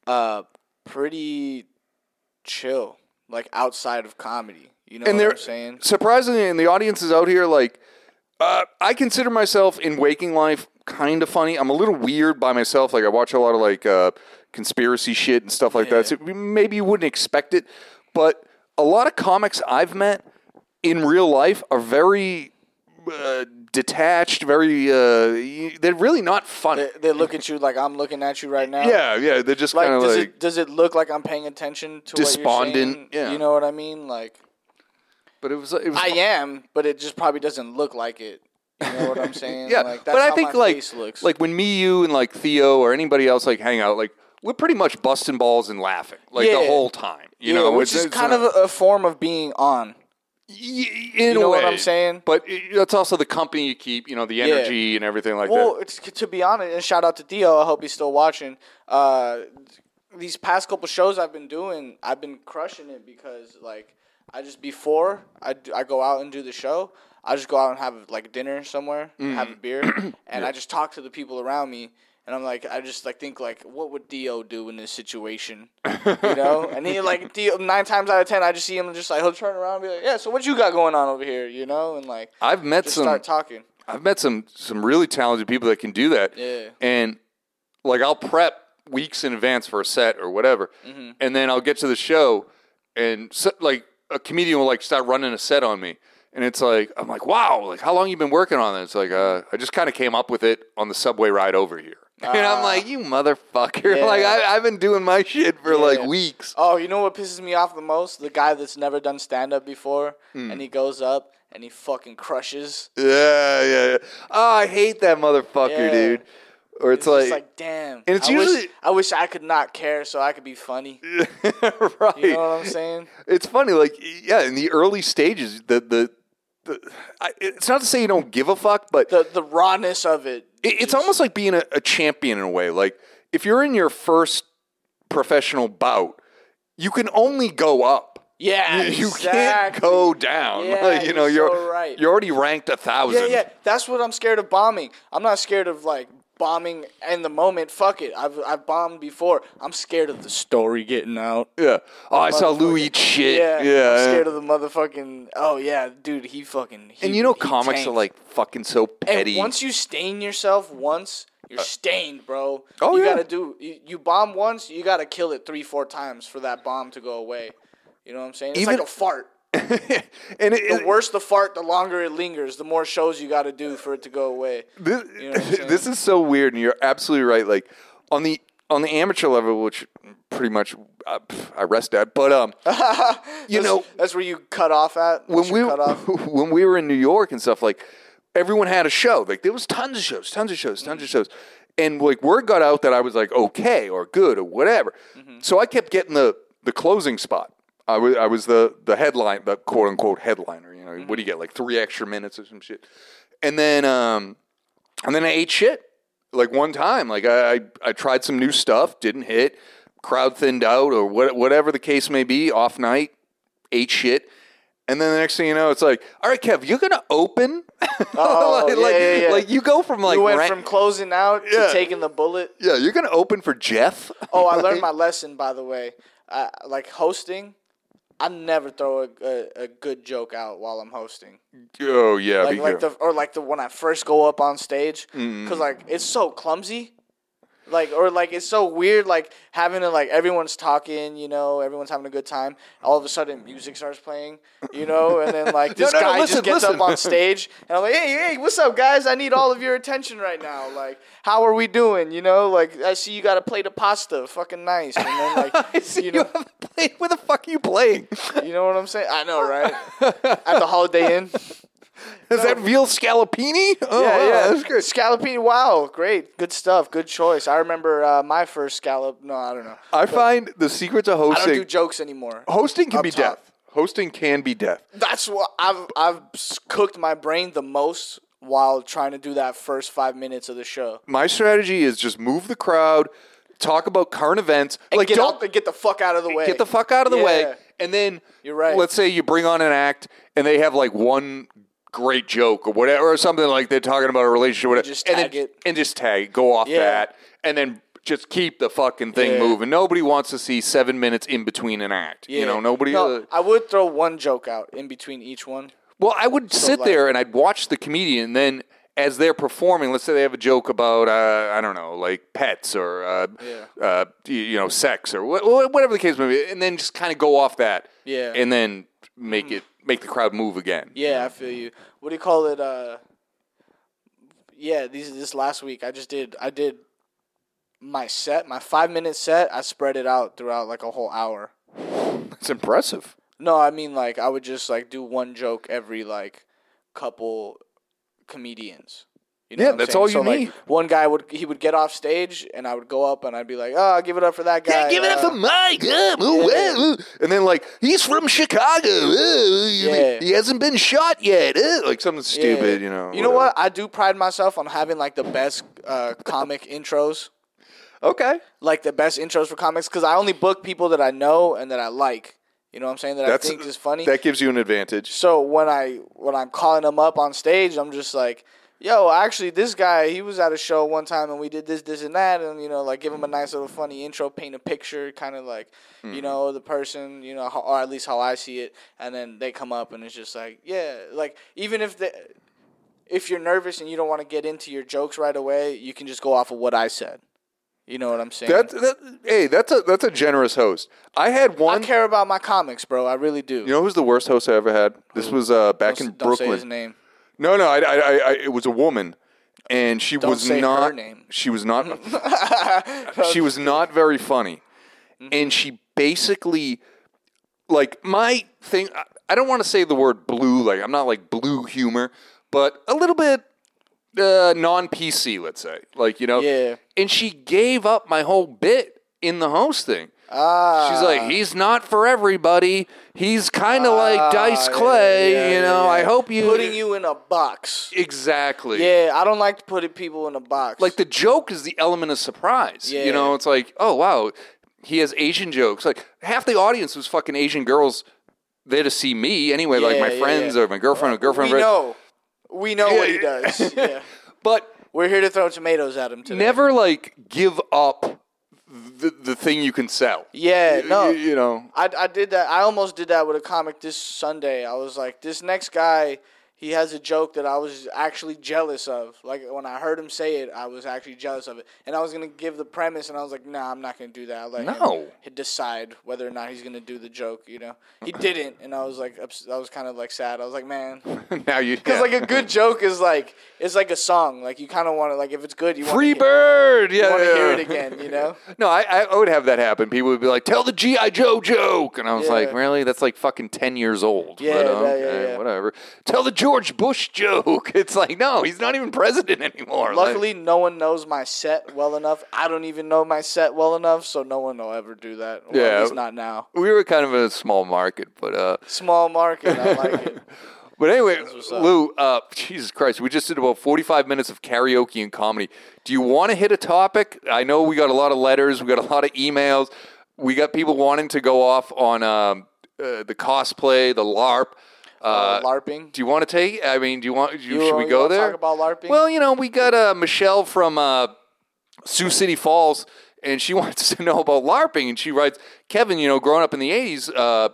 Speaker 2: uh pretty chill, like outside of comedy. You know
Speaker 1: and
Speaker 2: what
Speaker 1: they're
Speaker 2: I'm saying?
Speaker 1: surprisingly, and the audience is out here like. Uh, I consider myself in waking life kind of funny. I'm a little weird by myself. Like I watch a lot of like uh, conspiracy shit and stuff like that. So maybe you wouldn't expect it, but a lot of comics I've met in real life are very uh, detached. Very uh, y- they're really not funny.
Speaker 2: They, they look at you like I'm looking at you right now.
Speaker 1: yeah, yeah. They're just
Speaker 2: uh, Like
Speaker 1: kind of
Speaker 2: does
Speaker 1: like
Speaker 2: it does it look like I'm paying attention to what you're
Speaker 1: Despondent,
Speaker 2: saying?
Speaker 1: yeah.
Speaker 2: You know what I mean? Like
Speaker 1: But it was it was
Speaker 2: I am, but it just probably doesn't look like it. You know what I'm saying?
Speaker 1: Yeah,
Speaker 2: Like that's
Speaker 1: but I
Speaker 2: how
Speaker 1: think
Speaker 2: my
Speaker 1: like
Speaker 2: face looks.
Speaker 1: like when me, you, and like Theo or anybody else like hang out, like we're pretty much busting balls and laughing like the
Speaker 2: Yeah.
Speaker 1: whole time. You
Speaker 2: Yeah,
Speaker 1: know,
Speaker 2: which
Speaker 1: It's-
Speaker 2: is
Speaker 1: it's
Speaker 2: kind
Speaker 1: not-
Speaker 2: of a, a form of being on.
Speaker 1: y- in
Speaker 2: You know
Speaker 1: a way,
Speaker 2: what I'm saying?
Speaker 1: But it, it's also the company you keep, you know, the energy and everything like
Speaker 2: Well,
Speaker 1: that.
Speaker 2: it's to be honest, and shout out to Theo. I hope he's still watching. Uh, these past couple shows I've been doing, I've been crushing it because like I just before I, d- I go out and do the show, I just go out and have like dinner somewhere, have a beer, and I just talk to the people around me. And I'm like, I just like think like, what would Theo do in this situation, you know? and he like Theo, nine times out of ten, I just see him just like he'll turn around and be like, yeah, so what you got going on over here, you know? And like,
Speaker 1: I've met
Speaker 2: just
Speaker 1: some
Speaker 2: start talking.
Speaker 1: I've met some some really talented people that can do that.
Speaker 2: Yeah.
Speaker 1: And like I'll prep weeks in advance for a set or whatever,
Speaker 2: Mm-hmm.
Speaker 1: and then I'll get to the show, and so, like a comedian will like start running a set on me, and it's like I'm like, wow, like how long you been working on this? Like uh, I just kind of came up with it on the subway ride over here. And I'm like, you motherfucker!
Speaker 2: Ah. Yeah.
Speaker 1: Like I, I've been doing my shit for like
Speaker 2: yeah.
Speaker 1: weeks.
Speaker 2: Oh, you know what pisses me off the most? The guy that's never done stand up before
Speaker 1: Hmm.
Speaker 2: and he goes up and he fucking crushes.
Speaker 1: Yeah, yeah, yeah. Oh, I hate that motherfucker,
Speaker 2: Yeah.
Speaker 1: dude. Or it's,
Speaker 2: It's like,
Speaker 1: like,
Speaker 2: just like damn.
Speaker 1: And it's
Speaker 2: I wish-
Speaker 1: usually-
Speaker 2: I wish I could not care so I could be funny. You
Speaker 1: right.
Speaker 2: know what I'm saying?
Speaker 1: it's funny like yeah in the early stages the the, the I, it's not to say you don't give a fuck but
Speaker 2: The the rawness of it.
Speaker 1: it, it's almost like being a, a champion in a way like if you're in your first professional bout you can only go up
Speaker 2: Yeah,
Speaker 1: you, you can't
Speaker 2: exactly.
Speaker 1: go down
Speaker 2: Yeah,
Speaker 1: Like, you know
Speaker 2: you're
Speaker 1: you're
Speaker 2: so right.
Speaker 1: you're already ranked a thousand
Speaker 2: Yeah, yeah. That's what I'm scared of bombing. I'm not scared of like bombing in the moment. Fuck it. I've I've bombed before. I'm scared of the story getting out.
Speaker 1: Yeah. oh i saw lou eat shit
Speaker 2: Yeah.
Speaker 1: yeah,
Speaker 2: I'm scared of the motherfucking. Oh yeah, dude. He fucking. He,
Speaker 1: and you know
Speaker 2: he
Speaker 1: comics
Speaker 2: tanked.
Speaker 1: are like fucking so petty
Speaker 2: And once you stain yourself once, you're stained, bro.
Speaker 1: Uh, oh,
Speaker 2: you
Speaker 1: yeah.
Speaker 2: gotta do. You, you bomb once, you gotta kill it three, four times for that bomb to go away. You know what I'm saying? It's
Speaker 1: Even-
Speaker 2: like a fart.
Speaker 1: and it,
Speaker 2: The worse the fart, the longer it lingers. The more shows you gotta do for it to go away.
Speaker 1: this,
Speaker 2: what I'm saying?
Speaker 1: this is so weird, and you're absolutely right. Like on the on the amateur level, which pretty much uh, pff, I rest at, but um, you know,
Speaker 2: That's where you cut off at.
Speaker 1: when
Speaker 2: Once
Speaker 1: we
Speaker 2: you cut off.
Speaker 1: when we were in New York and stuff, like everyone had a show. Like there was tons of shows, tons of shows, tons of
Speaker 2: Mm-hmm.
Speaker 1: shows, and like word got out that I was like okay or good or whatever.
Speaker 2: Mm-hmm.
Speaker 1: So I kept getting the the closing spot. I was I was the the headline, the quote unquote headliner. You know, what do
Speaker 2: Mm-hmm.
Speaker 1: you get like three extra minutes or some shit, and then um and then I ate shit like one time. Like I, I, I tried some new stuff, didn't hit. Crowd thinned out, or what, whatever the case may be. Off night, ate shit, and then the next thing you know, it's like, all right, Kev, you're gonna open.
Speaker 2: Oh,
Speaker 1: like,
Speaker 2: yeah,
Speaker 1: like,
Speaker 2: yeah, yeah.
Speaker 1: like, you go from like
Speaker 2: you went
Speaker 1: ran-
Speaker 2: from closing out
Speaker 1: Yeah.
Speaker 2: to taking the bullet.
Speaker 1: yeah, you're gonna open for Jeff.
Speaker 2: Oh, I learned my lesson by the way. Uh, like hosting, I never throw a, a, a good joke out while I'm hosting.
Speaker 1: oh yeah,
Speaker 2: Like
Speaker 1: be Mm-hmm.
Speaker 2: like the
Speaker 1: careful.
Speaker 2: or like the when I first go up on stage, because like it's so clumsy. Like or like it's so weird. Like having to like everyone's talking, you know, everyone's having a good time. All of a sudden, music starts playing, you know, and then like this
Speaker 1: no, no,
Speaker 2: guy
Speaker 1: listen,
Speaker 2: just gets
Speaker 1: listen.
Speaker 2: up on stage, and I'm like, hey, hey, what's up, guys? I need all of your attention right now. Like, how are we doing? You know, like I see you got a plate of pasta, fucking nice. And then
Speaker 1: I
Speaker 2: like,
Speaker 1: see
Speaker 2: you know,
Speaker 1: haven't played. Where the fuck are you playing?
Speaker 2: you know what I'm saying? I know, right? At the Holiday Inn.
Speaker 1: Is that veal scallopini? Oh,
Speaker 2: Yeah,
Speaker 1: wow,
Speaker 2: yeah,
Speaker 1: that's good.
Speaker 2: Scallopini, wow, great, good stuff, good choice. I remember uh, my first scallop. No, I don't know.
Speaker 1: I find the secret to
Speaker 2: I don't
Speaker 1: hosting
Speaker 2: do jokes anymore.
Speaker 1: hosting can
Speaker 2: up
Speaker 1: be
Speaker 2: top.
Speaker 1: death. Hosting can be death.
Speaker 2: That's what I've I've s- cooked my brain the most while trying to do that first five minutes of the show.
Speaker 1: my strategy is just move the crowd, talk about current events, like
Speaker 2: get
Speaker 1: don't
Speaker 2: out the, get the fuck out of the way.
Speaker 1: get the fuck out of the way,
Speaker 2: Yeah.
Speaker 1: and then
Speaker 2: You're right.
Speaker 1: Let's say you bring on an act and they have like one great joke or whatever or something like they're talking about a relationship, whatever,
Speaker 2: just
Speaker 1: and
Speaker 2: tag
Speaker 1: then-
Speaker 2: it.
Speaker 1: and just tag, go off
Speaker 2: Yeah.
Speaker 1: that, and then. Just keep the fucking thing
Speaker 2: Yeah.
Speaker 1: moving. Nobody wants to see seven minutes in between an act. You
Speaker 2: Yeah.
Speaker 1: know, nobody.
Speaker 2: No,
Speaker 1: uh,
Speaker 2: I would throw one joke out in between each one.
Speaker 1: well, I would sit
Speaker 2: like-
Speaker 1: there and I'd watch the comedian. Then, as they're performing, let's say they have a joke about uh, I don't know, like pets or uh,
Speaker 2: Yeah.
Speaker 1: uh, you, you know, sex or wha- wha- whatever the case may be, and then just kind of go off that.
Speaker 2: Yeah. Hmm.
Speaker 1: And then make it make the crowd move again.
Speaker 2: Yeah, I feel you. What do you call it? Uh, yeah, these this last week I just did I did my set, my five minute set. I spread it out throughout like a whole hour.
Speaker 1: It's impressive.
Speaker 2: No, I mean like I would just like do one joke every like couple comedians. You
Speaker 1: Yeah,
Speaker 2: what I'm
Speaker 1: that's
Speaker 2: saying?
Speaker 1: all you
Speaker 2: So, like,
Speaker 1: need.
Speaker 2: one guy would he would get off stage and I would go up and I'd be like, "Oh, give it up for that guy."
Speaker 1: Yeah, give it up
Speaker 2: uh,
Speaker 1: for Mike. Yeah, ooh,
Speaker 2: yeah.
Speaker 1: ooh, ooh. And then like he's from Chicago. Ooh, he-
Speaker 2: Yeah.
Speaker 1: He hasn't been shot yet. Ooh, Like something stupid. You know.
Speaker 2: You know
Speaker 1: whatever.
Speaker 2: what? I do pride myself on having like the best uh, comic intros.
Speaker 1: Okay.
Speaker 2: like the best intros for comics because I only book people that I know and that I like. You know what I'm saying? That
Speaker 1: That's
Speaker 2: I think is funny.
Speaker 1: That gives you an advantage.
Speaker 2: so when I when I'm calling them up on stage, I'm just like, "Yo, actually, this guy he was at a show one time and we did this, this, and that, and you know, like give him a nice little funny intro, paint a picture, kind of like,
Speaker 1: Mm-hmm.
Speaker 2: you know, the person, you know, how, or at least how I see it, and then they come up and it's just like, yeah, like even if the if you're nervous and you don't want to get into your jokes right away, you can just go off of what I said. You know what I'm saying?
Speaker 1: That's that. Hey, that's a that's a generous host. I had
Speaker 2: I
Speaker 1: one.
Speaker 2: care about my comics, bro. I really do.
Speaker 1: You know who's the worst host I ever had? This was uh, back in
Speaker 2: don't, don't say his
Speaker 1: Brooklyn.
Speaker 2: name.
Speaker 1: No, no, I, I, I, I, it was a woman, and she was
Speaker 2: say her
Speaker 1: not.
Speaker 2: name.
Speaker 1: She was not. she was not very funny,
Speaker 2: Mm-hmm.
Speaker 1: and she basically, like my thing. I, I don't want to say the word blue. Like I'm not like blue humor, but a little bit uh, non PC, let's say, like you know,
Speaker 2: Yeah.
Speaker 1: And she gave up my whole bit in the host thing.
Speaker 2: Ah,
Speaker 1: She's like, he's not for everybody. He's kind of like Dice Clay,
Speaker 2: Ah, yeah,
Speaker 1: you
Speaker 2: yeah,
Speaker 1: know.
Speaker 2: yeah.
Speaker 1: I hope you
Speaker 2: putting you in a box.
Speaker 1: exactly.
Speaker 2: Yeah, I don't like to put it- people in a box.
Speaker 1: like the joke is the element of surprise.
Speaker 2: Yeah.
Speaker 1: You know, it's like, oh wow, he has Asian jokes. Like half the audience was fucking Asian girls there to see me anyway, like
Speaker 2: Yeah,
Speaker 1: my
Speaker 2: yeah,
Speaker 1: friends
Speaker 2: yeah.
Speaker 1: or my girlfriend or girlfriend.
Speaker 2: we know, we know what he does. yeah.
Speaker 1: But
Speaker 2: We're here to throw tomatoes at him today.
Speaker 1: never like give up the the thing you can sell.
Speaker 2: Yeah,
Speaker 1: Y-
Speaker 2: no.
Speaker 1: y- you know.
Speaker 2: I, I did that. I almost did that with a comic this Sunday. I was like, this next guy, he has a joke that I was actually jealous of. Like when I heard him say it, I was actually jealous of it, and I was gonna give the premise, and I was like, nah, I'm not gonna do that. I'll let
Speaker 1: No.
Speaker 2: him he decide whether or not he's gonna do the joke. You know, he didn't, and I was like, ups- I was kind of like sad. I was like, man, because
Speaker 1: now you
Speaker 2: like a good joke is like it's like a song. Like you kind of want to like if it's good, you
Speaker 1: free
Speaker 2: want to
Speaker 1: bird. Yeah,
Speaker 2: want to
Speaker 1: yeah.
Speaker 2: hear it again. You know.
Speaker 1: No, I, I would have that happen. People would be like, "Tell the GI Joe joke," and I was
Speaker 2: Yeah.
Speaker 1: like, "Really? That's like fucking ten years old."
Speaker 2: Yeah,
Speaker 1: But,
Speaker 2: yeah,
Speaker 1: okay,
Speaker 2: yeah, yeah.
Speaker 1: whatever. Tell the George Bush joke. It's like, no, he's not even president anymore. Like,
Speaker 2: Luckily, no one knows my set well enough. I don't even know my set well enough, so no one will ever do that. Well,
Speaker 1: Yeah.
Speaker 2: at least not now.
Speaker 1: we were kind of in a small market, but uh,
Speaker 2: Small market, I like it.
Speaker 1: but anyway,
Speaker 2: what's up.
Speaker 1: Lou, uh, Jesus Christ, we just did about forty-five minutes of karaoke and comedy. Do you want to hit a topic? I know we got a lot of letters, we got a lot of emails, we got people wanting to go off on um, uh, the cosplay, the LARP.
Speaker 2: Oh,
Speaker 1: Uh,
Speaker 2: LARPing.
Speaker 1: Do you want to take? I mean, do you want? Do, you-
Speaker 2: You
Speaker 1: should we
Speaker 2: wanna- you
Speaker 1: go
Speaker 2: wanna
Speaker 1: there?
Speaker 2: talk about LARPing?
Speaker 1: Well, you know, we got uh, Michelle from uh, Sioux City Falls, and she wants to know about LARPing, and she writes, Kevin, you know, growing up in the '80s, uh,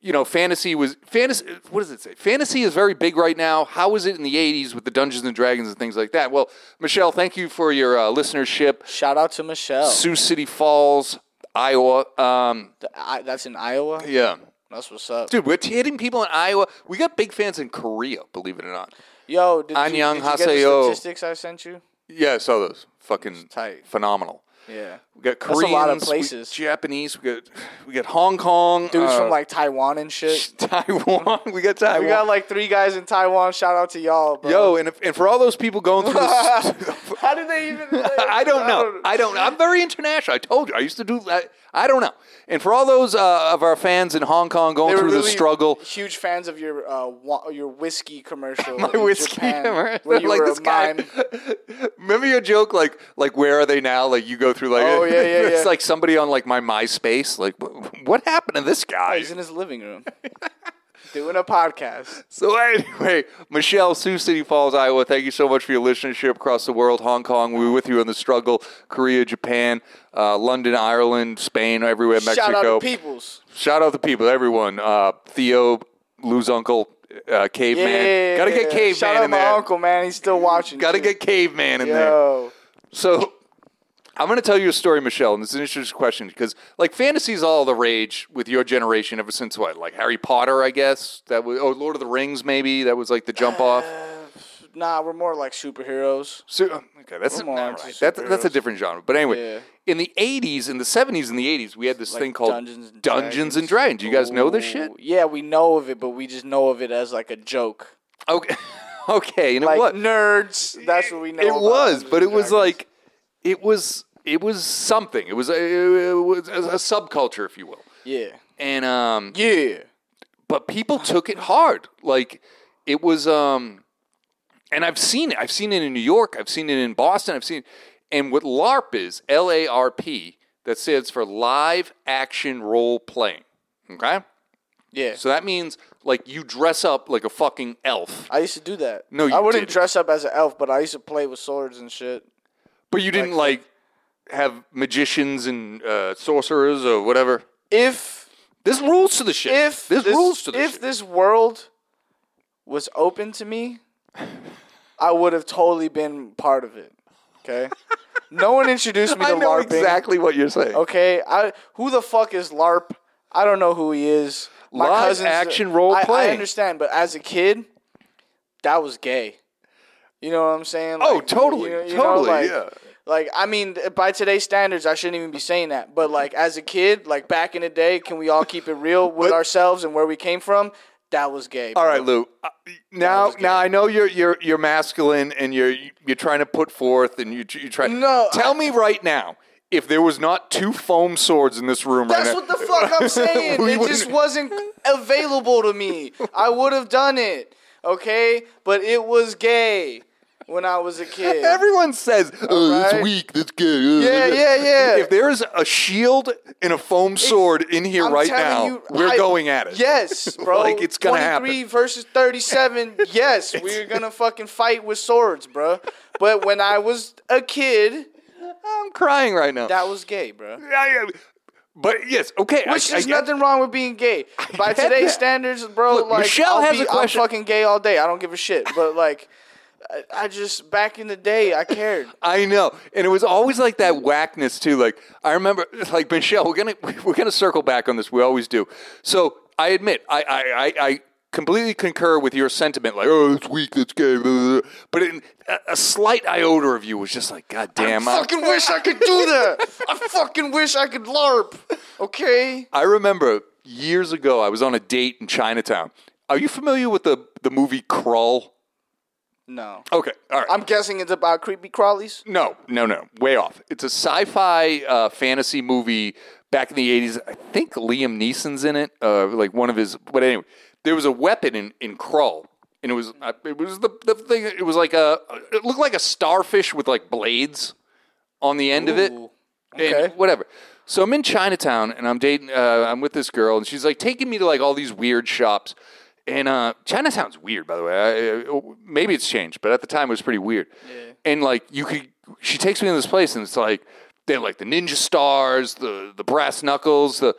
Speaker 1: you know, fantasy was fantasy. What does it say? Fantasy is very big right now. How was it in the '80s with the Dungeons and Dragons and things like that? Well, Michelle, thank you for your uh, listenership.
Speaker 2: Shout out to Michelle.
Speaker 1: Sioux City Falls, Iowa. Um,
Speaker 2: Th- I- that's in Iowa.
Speaker 1: yeah.
Speaker 2: That's what's up.
Speaker 1: Dude, we're hitting people in Iowa. We got big fans in Korea, believe it or not.
Speaker 2: Yo, did you, did
Speaker 1: Annyeong
Speaker 2: you get the
Speaker 1: haseyo.
Speaker 2: statistics I sent you?
Speaker 1: Yeah, I saw those. Fucking
Speaker 2: tight.
Speaker 1: phenomenal.
Speaker 2: Yeah.
Speaker 1: We got
Speaker 2: a
Speaker 1: Koreans,
Speaker 2: lot of
Speaker 1: we-
Speaker 2: places.
Speaker 1: Japanese. We got we got Hong Kong.
Speaker 2: Dudes
Speaker 1: uh,
Speaker 2: from like Taiwan and shit.
Speaker 1: Taiwan. We got Taiwan.
Speaker 2: We got like three guys in Taiwan. Shout out to y'all, bro.
Speaker 1: Yo, and if, and for all those people going through, the,
Speaker 2: How do they even?
Speaker 1: I don't know. I don't. I'm very international. I told you. I used to do. I, I don't know. And for all those uh, of our fans in Hong Kong going
Speaker 2: They were
Speaker 1: through the
Speaker 2: really
Speaker 1: struggle,
Speaker 2: Huge fans of your uh, wa- your whiskey commercial.
Speaker 1: my
Speaker 2: in
Speaker 1: whiskey.
Speaker 2: Japan,
Speaker 1: right?
Speaker 2: where you
Speaker 1: like
Speaker 2: were
Speaker 1: this
Speaker 2: a
Speaker 1: guy.
Speaker 2: mime.
Speaker 1: Remember your joke, like like where are they now? Like you go through like
Speaker 2: Oh, yeah, yeah,
Speaker 1: it's
Speaker 2: yeah.
Speaker 1: like somebody on like my MySpace. Like wh- what happened to this guy?
Speaker 2: He's in his living room doing a podcast.
Speaker 1: So anyway, Michelle, Sioux City Falls, Iowa. Thank you so much for your listenership across the world. Hong Kong, we were with you in the struggle. Korea, Japan, uh, London, Ireland, Spain, everywhere. Mexico.
Speaker 2: Shout out to Peoples.
Speaker 1: Shout out to people, everyone. Uh, Theo, Lou's uncle, uh, Caveman.
Speaker 2: Yeah,
Speaker 1: Gotta get Caveman
Speaker 2: Shout out
Speaker 1: in
Speaker 2: my
Speaker 1: there.
Speaker 2: uncle, man. He's still watching.
Speaker 1: Gotta
Speaker 2: too.
Speaker 1: get Caveman in there.
Speaker 2: Yo.
Speaker 1: So I'm going to tell you a story, Michelle, and it's an interesting question because, like, fantasy is all the rage with your generation ever since what, like Harry Potter, I guess that was, oh, Lord of the Rings, maybe that was like the jump off.
Speaker 2: Uh, Nah, we're more like superheroes.
Speaker 1: So okay, that's
Speaker 2: We're more
Speaker 1: not
Speaker 2: into
Speaker 1: right. That's that's a
Speaker 2: superheroes.
Speaker 1: different genre. But anyway,
Speaker 2: Yeah.
Speaker 1: in the '80s, in the '70s, in the '80s, we had this
Speaker 2: Like
Speaker 1: thing called
Speaker 2: Dungeons and
Speaker 1: Dungeons and Dragons.
Speaker 2: Dragons.
Speaker 1: You guys know this
Speaker 2: Ooh.
Speaker 1: shit?
Speaker 2: Yeah, we know of it, but we just know of it as like a joke.
Speaker 1: Okay, okay, and
Speaker 2: Like
Speaker 1: it was
Speaker 2: nerds. That's what we know.
Speaker 1: It
Speaker 2: about
Speaker 1: was,
Speaker 2: Dungeons
Speaker 1: but it
Speaker 2: and
Speaker 1: was
Speaker 2: Dragons.
Speaker 1: like it was it was something. It was a, it was a subculture, if you will.
Speaker 2: yeah,
Speaker 1: And um,
Speaker 2: yeah.
Speaker 1: but people took it hard. Like it was um and I've seen it. I've seen it in New York, I've seen it in Boston, I've seen and what LARP is, L A R P, that stands for live action role playing. Okay?
Speaker 2: Yeah.
Speaker 1: So that means like you dress up like a fucking elf.
Speaker 2: I used to do that.
Speaker 1: No, you
Speaker 2: I wouldn't
Speaker 1: didn't.
Speaker 2: dress up as an elf, but I used to play with swords and shit.
Speaker 1: But you didn't like have magicians and uh, sorcerers or whatever.
Speaker 2: If
Speaker 1: There's rules to the shit.
Speaker 2: if
Speaker 1: there's
Speaker 2: this,
Speaker 1: rules to this
Speaker 2: if
Speaker 1: shit.
Speaker 2: this world was open to me, I would have totally been part of it. Okay. no one introduced me to
Speaker 1: I know
Speaker 2: LARPing.
Speaker 1: exactly what you're saying.
Speaker 2: Okay. I who the fuck is LARP? I don't know who he is. My
Speaker 1: Live
Speaker 2: cousin's
Speaker 1: action role
Speaker 2: I,
Speaker 1: playing.
Speaker 2: I understand, but as a kid, that was gay. You know what I'm saying?
Speaker 1: Oh,
Speaker 2: Like,
Speaker 1: totally,
Speaker 2: you know- you know,
Speaker 1: totally,
Speaker 2: like-
Speaker 1: yeah.
Speaker 2: Like I mean, by today's standards, I shouldn't even be saying that. But like as a kid, like back in the day, can we all keep it real with ourselves and where we came from? that was gay.
Speaker 1: All
Speaker 2: bro.
Speaker 1: right, Lou. Uh, Now, now I know you're you're you're masculine and you're you're trying to put forth and you you try.
Speaker 2: No,
Speaker 1: tell me right now if there was not two foam swords in this room
Speaker 2: That's
Speaker 1: right
Speaker 2: what
Speaker 1: now.
Speaker 2: the fuck I'm saying.
Speaker 1: We
Speaker 2: it just
Speaker 1: wouldn't-
Speaker 2: wasn't available to me. I would have done it, okay? But it was gay when I was a kid.
Speaker 1: Everyone says oh,
Speaker 2: right.
Speaker 1: it's weak, that's good. uh,
Speaker 2: Yeah, yeah, yeah.
Speaker 1: If there is a shield and a foam sword in here
Speaker 2: I'm
Speaker 1: right now,
Speaker 2: telling you,
Speaker 1: we're
Speaker 2: I-
Speaker 1: going at it.
Speaker 2: Yes, bro.
Speaker 1: Like, it's gonna
Speaker 2: 23 versus 37. yes, we're gonna fucking fight with swords, bro. But when I was a kid,
Speaker 1: I'm crying right now.
Speaker 2: that was gay, bro.
Speaker 1: I, I- but yes, okay. I-
Speaker 2: Which
Speaker 1: I,
Speaker 2: is nothing wrong with being gay by
Speaker 1: get
Speaker 2: today's
Speaker 1: that.
Speaker 2: standards, bro.
Speaker 1: Look,
Speaker 2: like
Speaker 1: Michelle
Speaker 2: I'll
Speaker 1: has
Speaker 2: be,
Speaker 1: a question.
Speaker 2: I'm fucking gay all day. I don't give a shit. But like, I, I just back in the day, I cared.
Speaker 1: I know, and it was always like that whackness too. Like I remember, like Michelle, we're gonna we're gonna circle back on this. We always do. So I admit, I I I, I completely concur with your sentiment. Like, oh, it's weak, that's gay. blah, blah, blah. But in, a, a slight iota of you was just like, God damn, I,
Speaker 2: fucking wish I could do that. I fucking wish I could LARP. Okay.
Speaker 1: I remember years ago, I was on a date in Chinatown. Are you familiar with the the movie Crawl?
Speaker 2: No.
Speaker 1: Okay, all right.
Speaker 2: I'm guessing it's about creepy crawlies.
Speaker 1: No, no, no. Way off. It's a sci fi uh, fantasy movie back in the 80s. I think Liam Neeson's in it, uh, like one of his. But anyway, there was a weapon in, in Crawl. And it was uh, it was the, the thing. It was like a it looked like a starfish with like blades on the end of it.
Speaker 2: Ooh,
Speaker 1: And
Speaker 2: okay.
Speaker 1: whatever. So I'm in Chinatown and I'm dating. Uh, I'm with this girl and she's like taking me to like all these weird shops. And uh, Chinatown's weird, by the way. I, uh, maybe it's changed, but at the time it was pretty weird. And like you could, she takes me to this place and it's like they have like the ninja stars, the the brass knuckles, the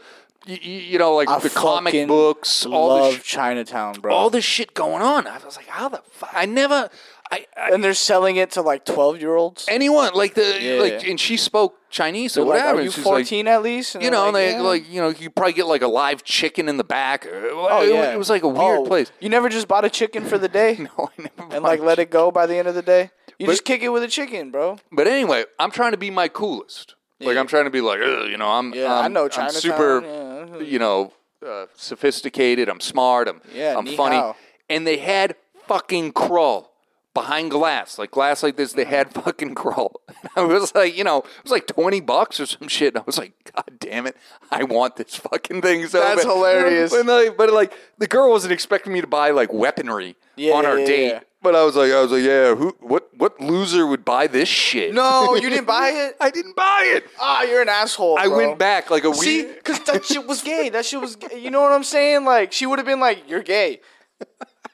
Speaker 1: you, you know like the comic
Speaker 2: fucking
Speaker 1: books, all
Speaker 2: Love
Speaker 1: this, sh-
Speaker 2: Chinatown, bro.
Speaker 1: all this shit going on. I was like, how the fuck? I never. I, I
Speaker 2: and they're selling it to like 12 year olds.
Speaker 1: anyone like the
Speaker 2: Yeah.
Speaker 1: like and she spoke Chinese or
Speaker 2: Like,
Speaker 1: whatever.
Speaker 2: are
Speaker 1: and
Speaker 2: you
Speaker 1: she's like-
Speaker 2: 14 at least? And
Speaker 1: you
Speaker 2: they're
Speaker 1: know, they
Speaker 2: yeah.
Speaker 1: like you know, you probably get like a live chicken in the back. Oh,
Speaker 2: Oh,
Speaker 1: it,
Speaker 2: yeah.
Speaker 1: was like a weird
Speaker 2: Oh,
Speaker 1: place.
Speaker 2: You never just bought a chicken for the day
Speaker 1: No, I never
Speaker 2: and like
Speaker 1: bought-
Speaker 2: let it go by the end of the day? You
Speaker 1: But-
Speaker 2: just kick it with a chicken, bro.
Speaker 1: But anyway, I'm trying to be my coolest. Like
Speaker 2: Yeah.
Speaker 1: I'm trying to be like, "Ugh," you know, I'm
Speaker 2: Yeah,
Speaker 1: I'm,
Speaker 2: I know
Speaker 1: I'm
Speaker 2: Chinatown,
Speaker 1: super,
Speaker 2: yeah.
Speaker 1: you know, uh, sophisticated. I'm smart. I'm
Speaker 2: Yeah,
Speaker 1: I'm
Speaker 2: ni
Speaker 1: funny.
Speaker 2: hao.
Speaker 1: And they had fucking crawl behind glass, like glass like
Speaker 2: Mm.
Speaker 1: this. They had fucking crawl. I was like, you know, it was like twenty bucks or some shit. And I was like, God damn it, I want this fucking thing. So
Speaker 2: That's
Speaker 1: bad."
Speaker 2: hilarious.
Speaker 1: And like, but like the girl wasn't expecting me to buy like weaponry
Speaker 2: Yeah,
Speaker 1: on our
Speaker 2: yeah, yeah,
Speaker 1: date.
Speaker 2: yeah.
Speaker 1: But I was like, I was like, yeah, who, what, what loser would buy this shit?
Speaker 2: No, you didn't buy it?
Speaker 1: I didn't buy it.
Speaker 2: Ah, you're an asshole.
Speaker 1: I
Speaker 2: bro.
Speaker 1: went back like a week.
Speaker 2: See, because that shit was gay. That shit was gay. You know what I'm saying? Like, she would have been like, you're gay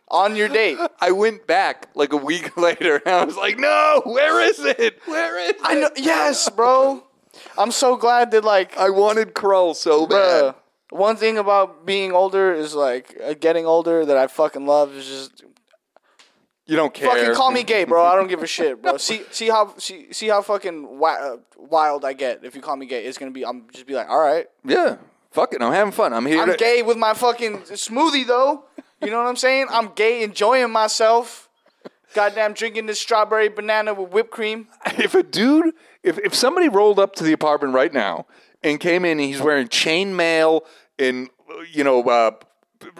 Speaker 2: on your date.
Speaker 1: I went back like a week later, and I was like, "No, where is it? Where is
Speaker 2: I
Speaker 1: it?"
Speaker 2: know. Yes, bro. I'm so glad that, like,
Speaker 1: I wanted Krull so bad.
Speaker 2: Bruh, one thing about being older is like uh, getting older that I fucking love is just
Speaker 1: You don't care.
Speaker 2: fucking call me gay, bro. I don't give a shit, bro. See, see how see, see how fucking wi- uh, wild I get if you call me gay. It's gonna be I'm just be like, all right,
Speaker 1: Yeah, fuck it. I'm having fun. I'm here.
Speaker 2: I'm
Speaker 1: to-
Speaker 2: gay with my fucking smoothie though. You know what I'm saying? I'm gay, enjoying myself. Goddamn, drinking this strawberry banana with whipped cream.
Speaker 1: If a dude, if if somebody rolled up to the apartment right now and came in, and he's wearing chainmail and you know uh,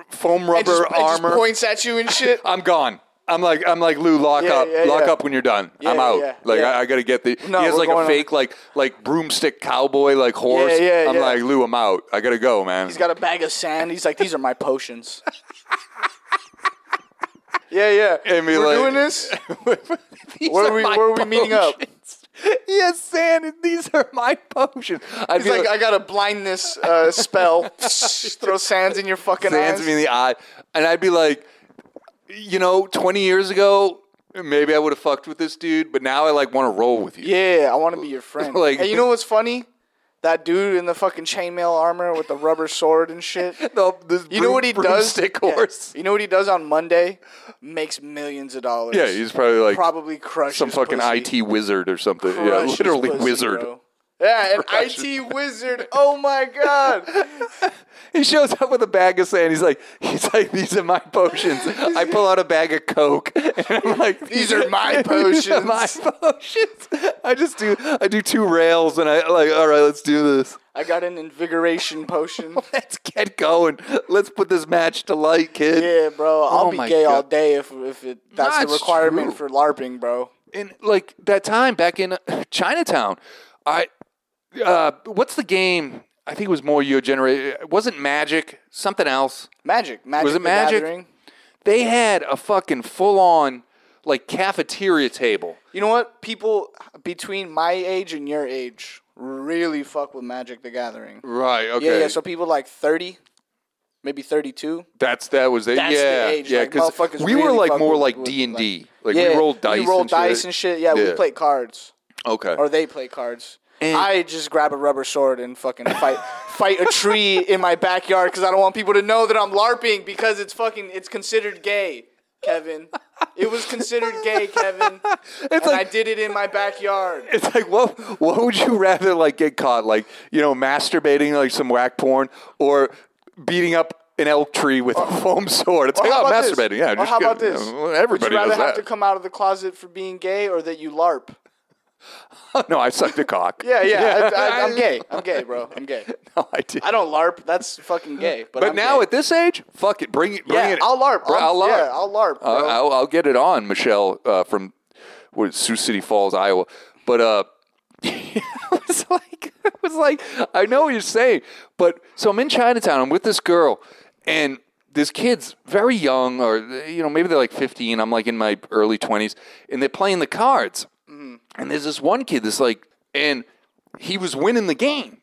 Speaker 1: foam
Speaker 2: It just,
Speaker 1: rubber
Speaker 2: it just
Speaker 1: armor,
Speaker 2: points at you and shit.
Speaker 1: I'm gone. I'm like I'm like Lou. Lock
Speaker 2: Yeah,
Speaker 1: up,
Speaker 2: yeah,
Speaker 1: lock
Speaker 2: yeah.
Speaker 1: up when you're done. I'm
Speaker 2: yeah,
Speaker 1: out.
Speaker 2: yeah,
Speaker 1: like
Speaker 2: yeah.
Speaker 1: I, I gotta get the.
Speaker 2: No,
Speaker 1: he has
Speaker 2: we're
Speaker 1: like a
Speaker 2: going on-
Speaker 1: fake like like broomstick cowboy like horse.
Speaker 2: Yeah, yeah,
Speaker 1: I'm
Speaker 2: yeah.
Speaker 1: like Lou. I'm out. I gotta go, man.
Speaker 2: He's got a bag of sand. He's like, these are my potions. yeah, yeah.
Speaker 1: And be
Speaker 2: We're
Speaker 1: like-
Speaker 2: doing this.
Speaker 1: These
Speaker 2: Where are we-
Speaker 1: my
Speaker 2: where are we meeting up?
Speaker 1: potions. Yes, Sand. These are my potions. I'd
Speaker 2: He's
Speaker 1: be
Speaker 2: like, I got a blindness uh, spell. Throw sands in your fucking
Speaker 1: sands
Speaker 2: eyes.
Speaker 1: me in the eye, and I'd be like, you know, 20 years ago, maybe I would have fucked with this dude, but now I like want to roll with you.
Speaker 2: yeah, I want to be your friend.
Speaker 1: Like-
Speaker 2: like, and you know what's funny? That dude in the fucking chainmail armor with the rubber sword and shit.
Speaker 1: The- this
Speaker 2: You know
Speaker 1: broom-
Speaker 2: what he does?
Speaker 1: Broomstick
Speaker 2: Yeah.
Speaker 1: horse.
Speaker 2: You know what he does on Monday? Makes millions of dollars.
Speaker 1: Yeah, he's probably like
Speaker 2: probably crushes
Speaker 1: some fucking
Speaker 2: pussy.
Speaker 1: IT wizard or something. yeah,
Speaker 2: Crushes
Speaker 1: literally
Speaker 2: pussy,
Speaker 1: wizard.
Speaker 2: bro. Yeah, an IT wizard. Oh my god.
Speaker 1: He shows up with a bag of sand. He's like, he's like, these are my potions. I pull out a bag of coke, and I'm like,
Speaker 2: These are my
Speaker 1: These are my potions. I just do, I do two rails, and I like, all right, let's do this.
Speaker 2: I got an invigoration potion.
Speaker 1: Let's get going. Let's put this match to light, kid.
Speaker 2: Yeah, bro. I'll
Speaker 1: Oh
Speaker 2: be
Speaker 1: my
Speaker 2: gay
Speaker 1: God.
Speaker 2: all day if if it, that's the
Speaker 1: That's
Speaker 2: requirement
Speaker 1: true.
Speaker 2: for LARPing, bro.
Speaker 1: And like that time back in uh, Chinatown, I, uh, what's the game? I think it was more your generation. It wasn't Magic, something else.
Speaker 2: Magic, magic.
Speaker 1: Was it
Speaker 2: the
Speaker 1: Magic?
Speaker 2: Gathering.
Speaker 1: They had a fucking full on like cafeteria table.
Speaker 2: You know what? People between my age and your age really fuck with Magic the Gathering.
Speaker 1: Right. Okay.
Speaker 2: Yeah, yeah. So people like thirty, maybe thirty-two.
Speaker 1: That's that was it.
Speaker 2: That's the
Speaker 1: yeah,
Speaker 2: age,
Speaker 1: yeah.
Speaker 2: like, motherfuckers
Speaker 1: we were
Speaker 2: really
Speaker 1: like
Speaker 2: fuck
Speaker 1: more
Speaker 2: with-
Speaker 1: like
Speaker 2: with,
Speaker 1: D and D. Like
Speaker 2: yeah,
Speaker 1: we rolled dice.
Speaker 2: We rolled
Speaker 1: and
Speaker 2: dice
Speaker 1: shit.
Speaker 2: and shit. Yeah, we
Speaker 1: Yeah.
Speaker 2: played cards,
Speaker 1: Okay.
Speaker 2: or they play cards.
Speaker 1: And-
Speaker 2: I just grab a rubber sword and fucking fight fight a tree in my backyard because I don't want people to know that I'm larping because it's fucking it's considered gay, Kevin. It was considered gay, Kevin, and I
Speaker 1: like-
Speaker 2: did it in my backyard.
Speaker 1: it's like what? What would you rather like get caught? Like you know, masturbating like some whack porn, or beating up an elk tree with a foam sword? It's
Speaker 2: Or
Speaker 1: like
Speaker 2: how
Speaker 1: oh,
Speaker 2: about this?
Speaker 1: masturbating. Yeah.
Speaker 2: Or
Speaker 1: just
Speaker 2: how about
Speaker 1: get-
Speaker 2: this?
Speaker 1: yeah, well,
Speaker 2: Would
Speaker 1: everybody
Speaker 2: Would you rather
Speaker 1: does
Speaker 2: have to
Speaker 1: that.
Speaker 2: come out of the closet for being gay or that you LARP?
Speaker 1: no, I sucked a cock.
Speaker 2: Yeah, yeah. I, I, I'm gay. I'm gay, bro. I'm gay.
Speaker 1: No, I did.
Speaker 2: I don't LARP. That's fucking gay. But,
Speaker 1: But
Speaker 2: I'm
Speaker 1: now
Speaker 2: gay.
Speaker 1: at this age, fuck it. Bring it. Bring
Speaker 2: yeah,
Speaker 1: it.
Speaker 2: I'll LARP.
Speaker 1: Bro, I'll LARP.
Speaker 2: Yeah, I'll LARP.
Speaker 1: Uh,
Speaker 2: Bro.
Speaker 1: I'll, I'll get it on Michelle uh, from what, is it, Sioux City Falls, Iowa. But uh, it was like, it was like, I know what you're saying, but so I'm in Chinatown. I'm with this girl, and this kid's very young, or you know, maybe they're like 15. I'm like in my early 20s, and they're playing the cards.
Speaker 2: Mm-hmm.
Speaker 1: And there's this one kid that's like, and he was winning the game.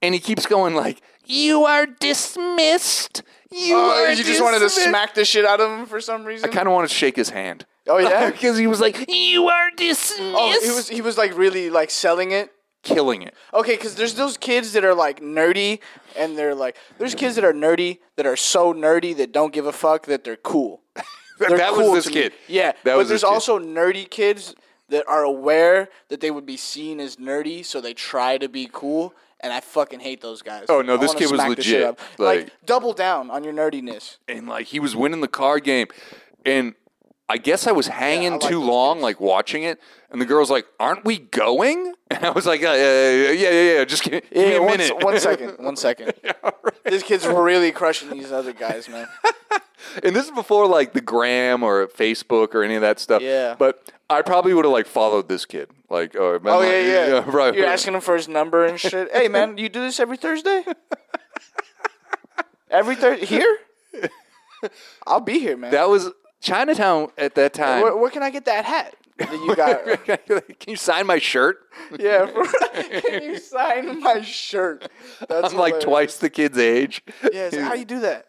Speaker 1: And he keeps going like, "You are dismissed. You
Speaker 2: Oh,
Speaker 1: are
Speaker 2: you just wanted to
Speaker 1: dismissed."
Speaker 2: smack the shit out of him for some reason.
Speaker 1: kind of want to shake his hand.
Speaker 2: Oh, yeah?
Speaker 1: because he was like, "You are dismissed."
Speaker 2: oh, he was he was like really like selling it.
Speaker 1: killing it.
Speaker 2: Okay, because there's those kids that are like nerdy, and they're like, there's kids that are nerdy that are so nerdy that don't give a fuck that they're cool. They're
Speaker 1: that
Speaker 2: cool
Speaker 1: was
Speaker 2: to
Speaker 1: this
Speaker 2: me.
Speaker 1: kid.
Speaker 2: Yeah,
Speaker 1: that
Speaker 2: but
Speaker 1: was
Speaker 2: there's
Speaker 1: this kid.
Speaker 2: also nerdy kids that are aware that they would be seen as nerdy, so they try to be cool. And I fucking hate those guys.
Speaker 1: Oh, no,
Speaker 2: I
Speaker 1: this
Speaker 2: wanna
Speaker 1: kid was
Speaker 2: smack the shit
Speaker 1: legit.
Speaker 2: up. Like,
Speaker 1: Like-
Speaker 2: double down on your nerdiness.
Speaker 1: and like he was winning the card game, and I guess I was hanging
Speaker 2: I like
Speaker 1: too
Speaker 2: those
Speaker 1: long, like watching it. And the girl's like, "Aren't we going?" And I was like, "Yeah, yeah, yeah, yeah, yeah, yeah, Just give, give me
Speaker 2: Yeah,
Speaker 1: a
Speaker 2: one,
Speaker 1: minute."
Speaker 2: one second, one second. This kid's really crushing these other guys, man.
Speaker 1: and this is before like the gram or Facebook or any of that stuff.
Speaker 2: Yeah.
Speaker 1: but I probably would have like followed this kid. Like, oh,
Speaker 2: Oh yeah, yeah.
Speaker 1: right.
Speaker 2: You're asking him for his number and shit. hey, man, you do this every Thursday? every Thursday here? I'll be here, man.
Speaker 1: that was Chinatown at that time.
Speaker 2: where, where can I get that hat that you got?
Speaker 1: Can you sign my shirt?
Speaker 2: Yeah, bro. can you sign my shirt? That's
Speaker 1: I'm like
Speaker 2: hilarious.
Speaker 1: twice the kid's age.
Speaker 2: Yeah, it's like, how you do that?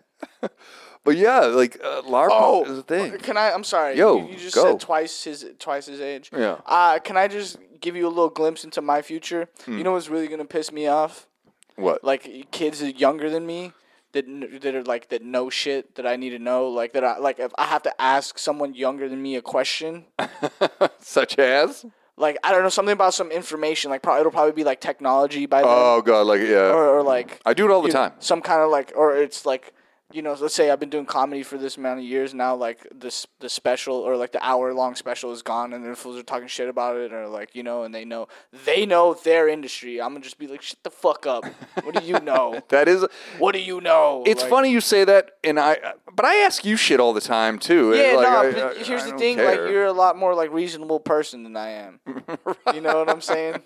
Speaker 1: But yeah, like uh, LARP
Speaker 2: Oh,
Speaker 1: is a thing.
Speaker 2: Can I? I'm sorry.
Speaker 1: Yo,
Speaker 2: you, you just
Speaker 1: go.
Speaker 2: said twice his twice his age.
Speaker 1: Yeah.
Speaker 2: Uh, can I just give you a little glimpse into my future?
Speaker 1: Hmm.
Speaker 2: You know what's really gonna piss me off?
Speaker 1: What?
Speaker 2: Like kids that are younger than me that kn- that are like that know shit that I need to know. Like that I like if I have to ask someone younger than me a question.
Speaker 1: Such as?
Speaker 2: like I don't know something about some information. Like probably it'll probably be like technology by then.
Speaker 1: Oh god, like yeah.
Speaker 2: or, or like
Speaker 1: I do it all the
Speaker 2: you know,
Speaker 1: time.
Speaker 2: Some kind of like, or it's like, you know, let's say I've been doing comedy for this amount of years now. Like this, the special or like the hour long special is gone, and the fools are talking shit about it, or like you know, and they know they know their industry. I'm gonna just be like, shut the fuck up. What do you know?
Speaker 1: That is.
Speaker 2: what do you know?
Speaker 1: It's
Speaker 2: Like,
Speaker 1: funny you say that, and I. But I ask you shit all the time too.
Speaker 2: Yeah,
Speaker 1: Like,
Speaker 2: no.
Speaker 1: I-
Speaker 2: but
Speaker 1: I-
Speaker 2: here's
Speaker 1: I
Speaker 2: the
Speaker 1: don't
Speaker 2: thing:
Speaker 1: care.
Speaker 2: like you're a lot more like reasonable person than I am. You know what I'm saying?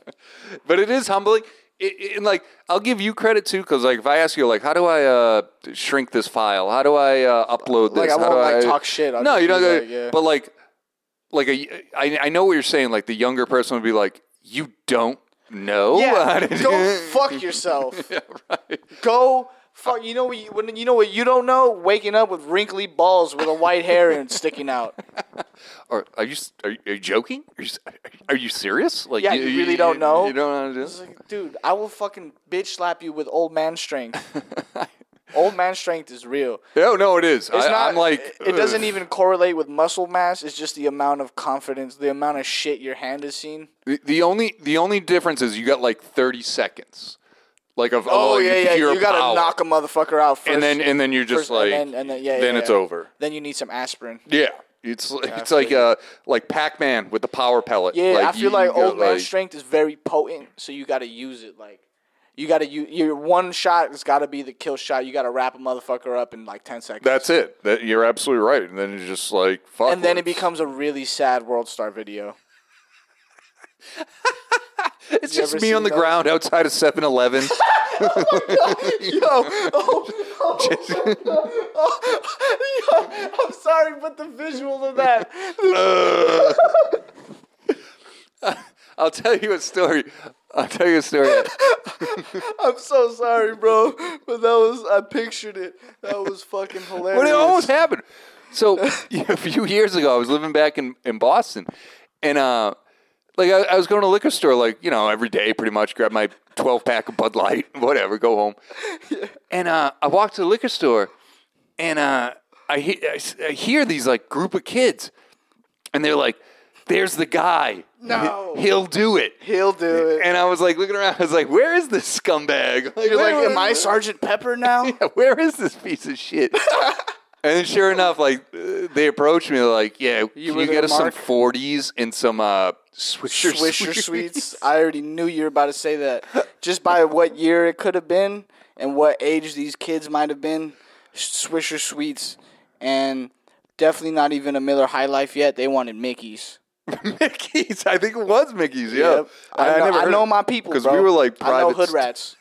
Speaker 1: but it is humbling. It, it- and like, I'll give you credit too, because like, if I ask you, like, how do I uh, shrink this file? How do I uh, upload this?
Speaker 2: Like, I
Speaker 1: How
Speaker 2: won't,
Speaker 1: do
Speaker 2: like, talk shit. I'll
Speaker 1: no,
Speaker 2: just
Speaker 1: you don't.
Speaker 2: be
Speaker 1: gotta-
Speaker 2: like, yeah.
Speaker 1: But like, like a, I, I know what you're saying. Like, the younger person would be like, you don't know. how
Speaker 2: Yeah,
Speaker 1: to do
Speaker 2: go
Speaker 1: it."
Speaker 2: fuck yourself.
Speaker 1: Yeah, right.
Speaker 2: Go fuck. You know what? You, when, you know what you don't know? Waking up with wrinkly balls with a white hair and sticking out.
Speaker 1: Or are you s- are you, are you joking? Are you, s- are you serious? Like,
Speaker 2: Yeah, you really don't know?
Speaker 1: You don't know how to do.
Speaker 2: It's
Speaker 1: this?
Speaker 2: like, dude, I will fucking bitch slap you with old man strength. old man strength is real.
Speaker 1: No, Oh, no, it is.
Speaker 2: It's
Speaker 1: I,
Speaker 2: not
Speaker 1: I'm like,
Speaker 2: it doesn't
Speaker 1: ugh.
Speaker 2: even correlate with muscle mass. It's just the amount of confidence, the amount of shit your hand has seen.
Speaker 1: The, the only the only difference is you got like 30 seconds, like of
Speaker 2: Oh,
Speaker 1: of
Speaker 2: yeah, yeah.
Speaker 1: pure
Speaker 2: You gotta
Speaker 1: power.
Speaker 2: knock a motherfucker out first.
Speaker 1: and then and then you're just
Speaker 2: first-
Speaker 1: like,
Speaker 2: and then, and then, yeah,
Speaker 1: then
Speaker 2: yeah,
Speaker 1: it's
Speaker 2: yeah.
Speaker 1: over.
Speaker 2: Then you need some aspirin.
Speaker 1: Yeah, it's like- it's like uh like Pac Man with the power pellet.
Speaker 2: Yeah, I
Speaker 1: you-
Speaker 2: feel like
Speaker 1: you go,
Speaker 2: old man strength is very potent, so you got to use it. Like, you got to use your one shot has got to be the kill shot. You got to wrap a motherfucker up in like ten seconds.
Speaker 1: That's it. That you're absolutely right. And then you're just like fuck.
Speaker 2: and then it
Speaker 1: with
Speaker 2: becomes a really sad world star video.
Speaker 1: It's
Speaker 2: You
Speaker 1: just
Speaker 2: ever
Speaker 1: me on
Speaker 2: seen
Speaker 1: the
Speaker 2: those?
Speaker 1: ground outside of 7-Eleven.
Speaker 2: Yo, oh, oh, yo, I'm sorry, but the visual of that.
Speaker 1: I'll tell you a story. I'll tell you a story.
Speaker 2: I'm so sorry, bro. But that was I pictured it. That was fucking hilarious.
Speaker 1: But it almost happened. So a few years ago, I was living back in, in Boston, and uh, like I, I was going to a liquor store, like you know, every day, pretty much, grab my twelve pack of Bud Light, whatever, go home. And uh, I walked to the liquor store, and uh, I, he- I s- I hear these like group of kids, and they're like, "There's the guy.
Speaker 2: No.
Speaker 1: He- he'll do it."
Speaker 2: He'll do it.
Speaker 1: And I was like looking around. I was like, "Where is this scumbag?" Like,
Speaker 2: You're like,
Speaker 1: where-
Speaker 2: am I Sergeant Pepper now?
Speaker 1: where is this piece of shit? and then sure enough, like uh, they approached me, they're like, yeah, can
Speaker 2: were
Speaker 1: you
Speaker 2: there,
Speaker 1: get us
Speaker 2: Mark?
Speaker 1: some forties and some uh, Swisher,
Speaker 2: Swisher
Speaker 1: Sweet-
Speaker 2: Sweets. I already knew you were about to say that. Just by what year it could have been and what age these kids might have been, Swisher Sweets, and definitely not even a Miller High Life yet. They wanted Mickey's.
Speaker 1: Mickey's? I think it was Mickey's. Yeah,
Speaker 2: I, know, I know my people
Speaker 1: because
Speaker 2: bro.
Speaker 1: we were like
Speaker 2: I know
Speaker 1: private
Speaker 2: hood
Speaker 1: st-
Speaker 2: rats.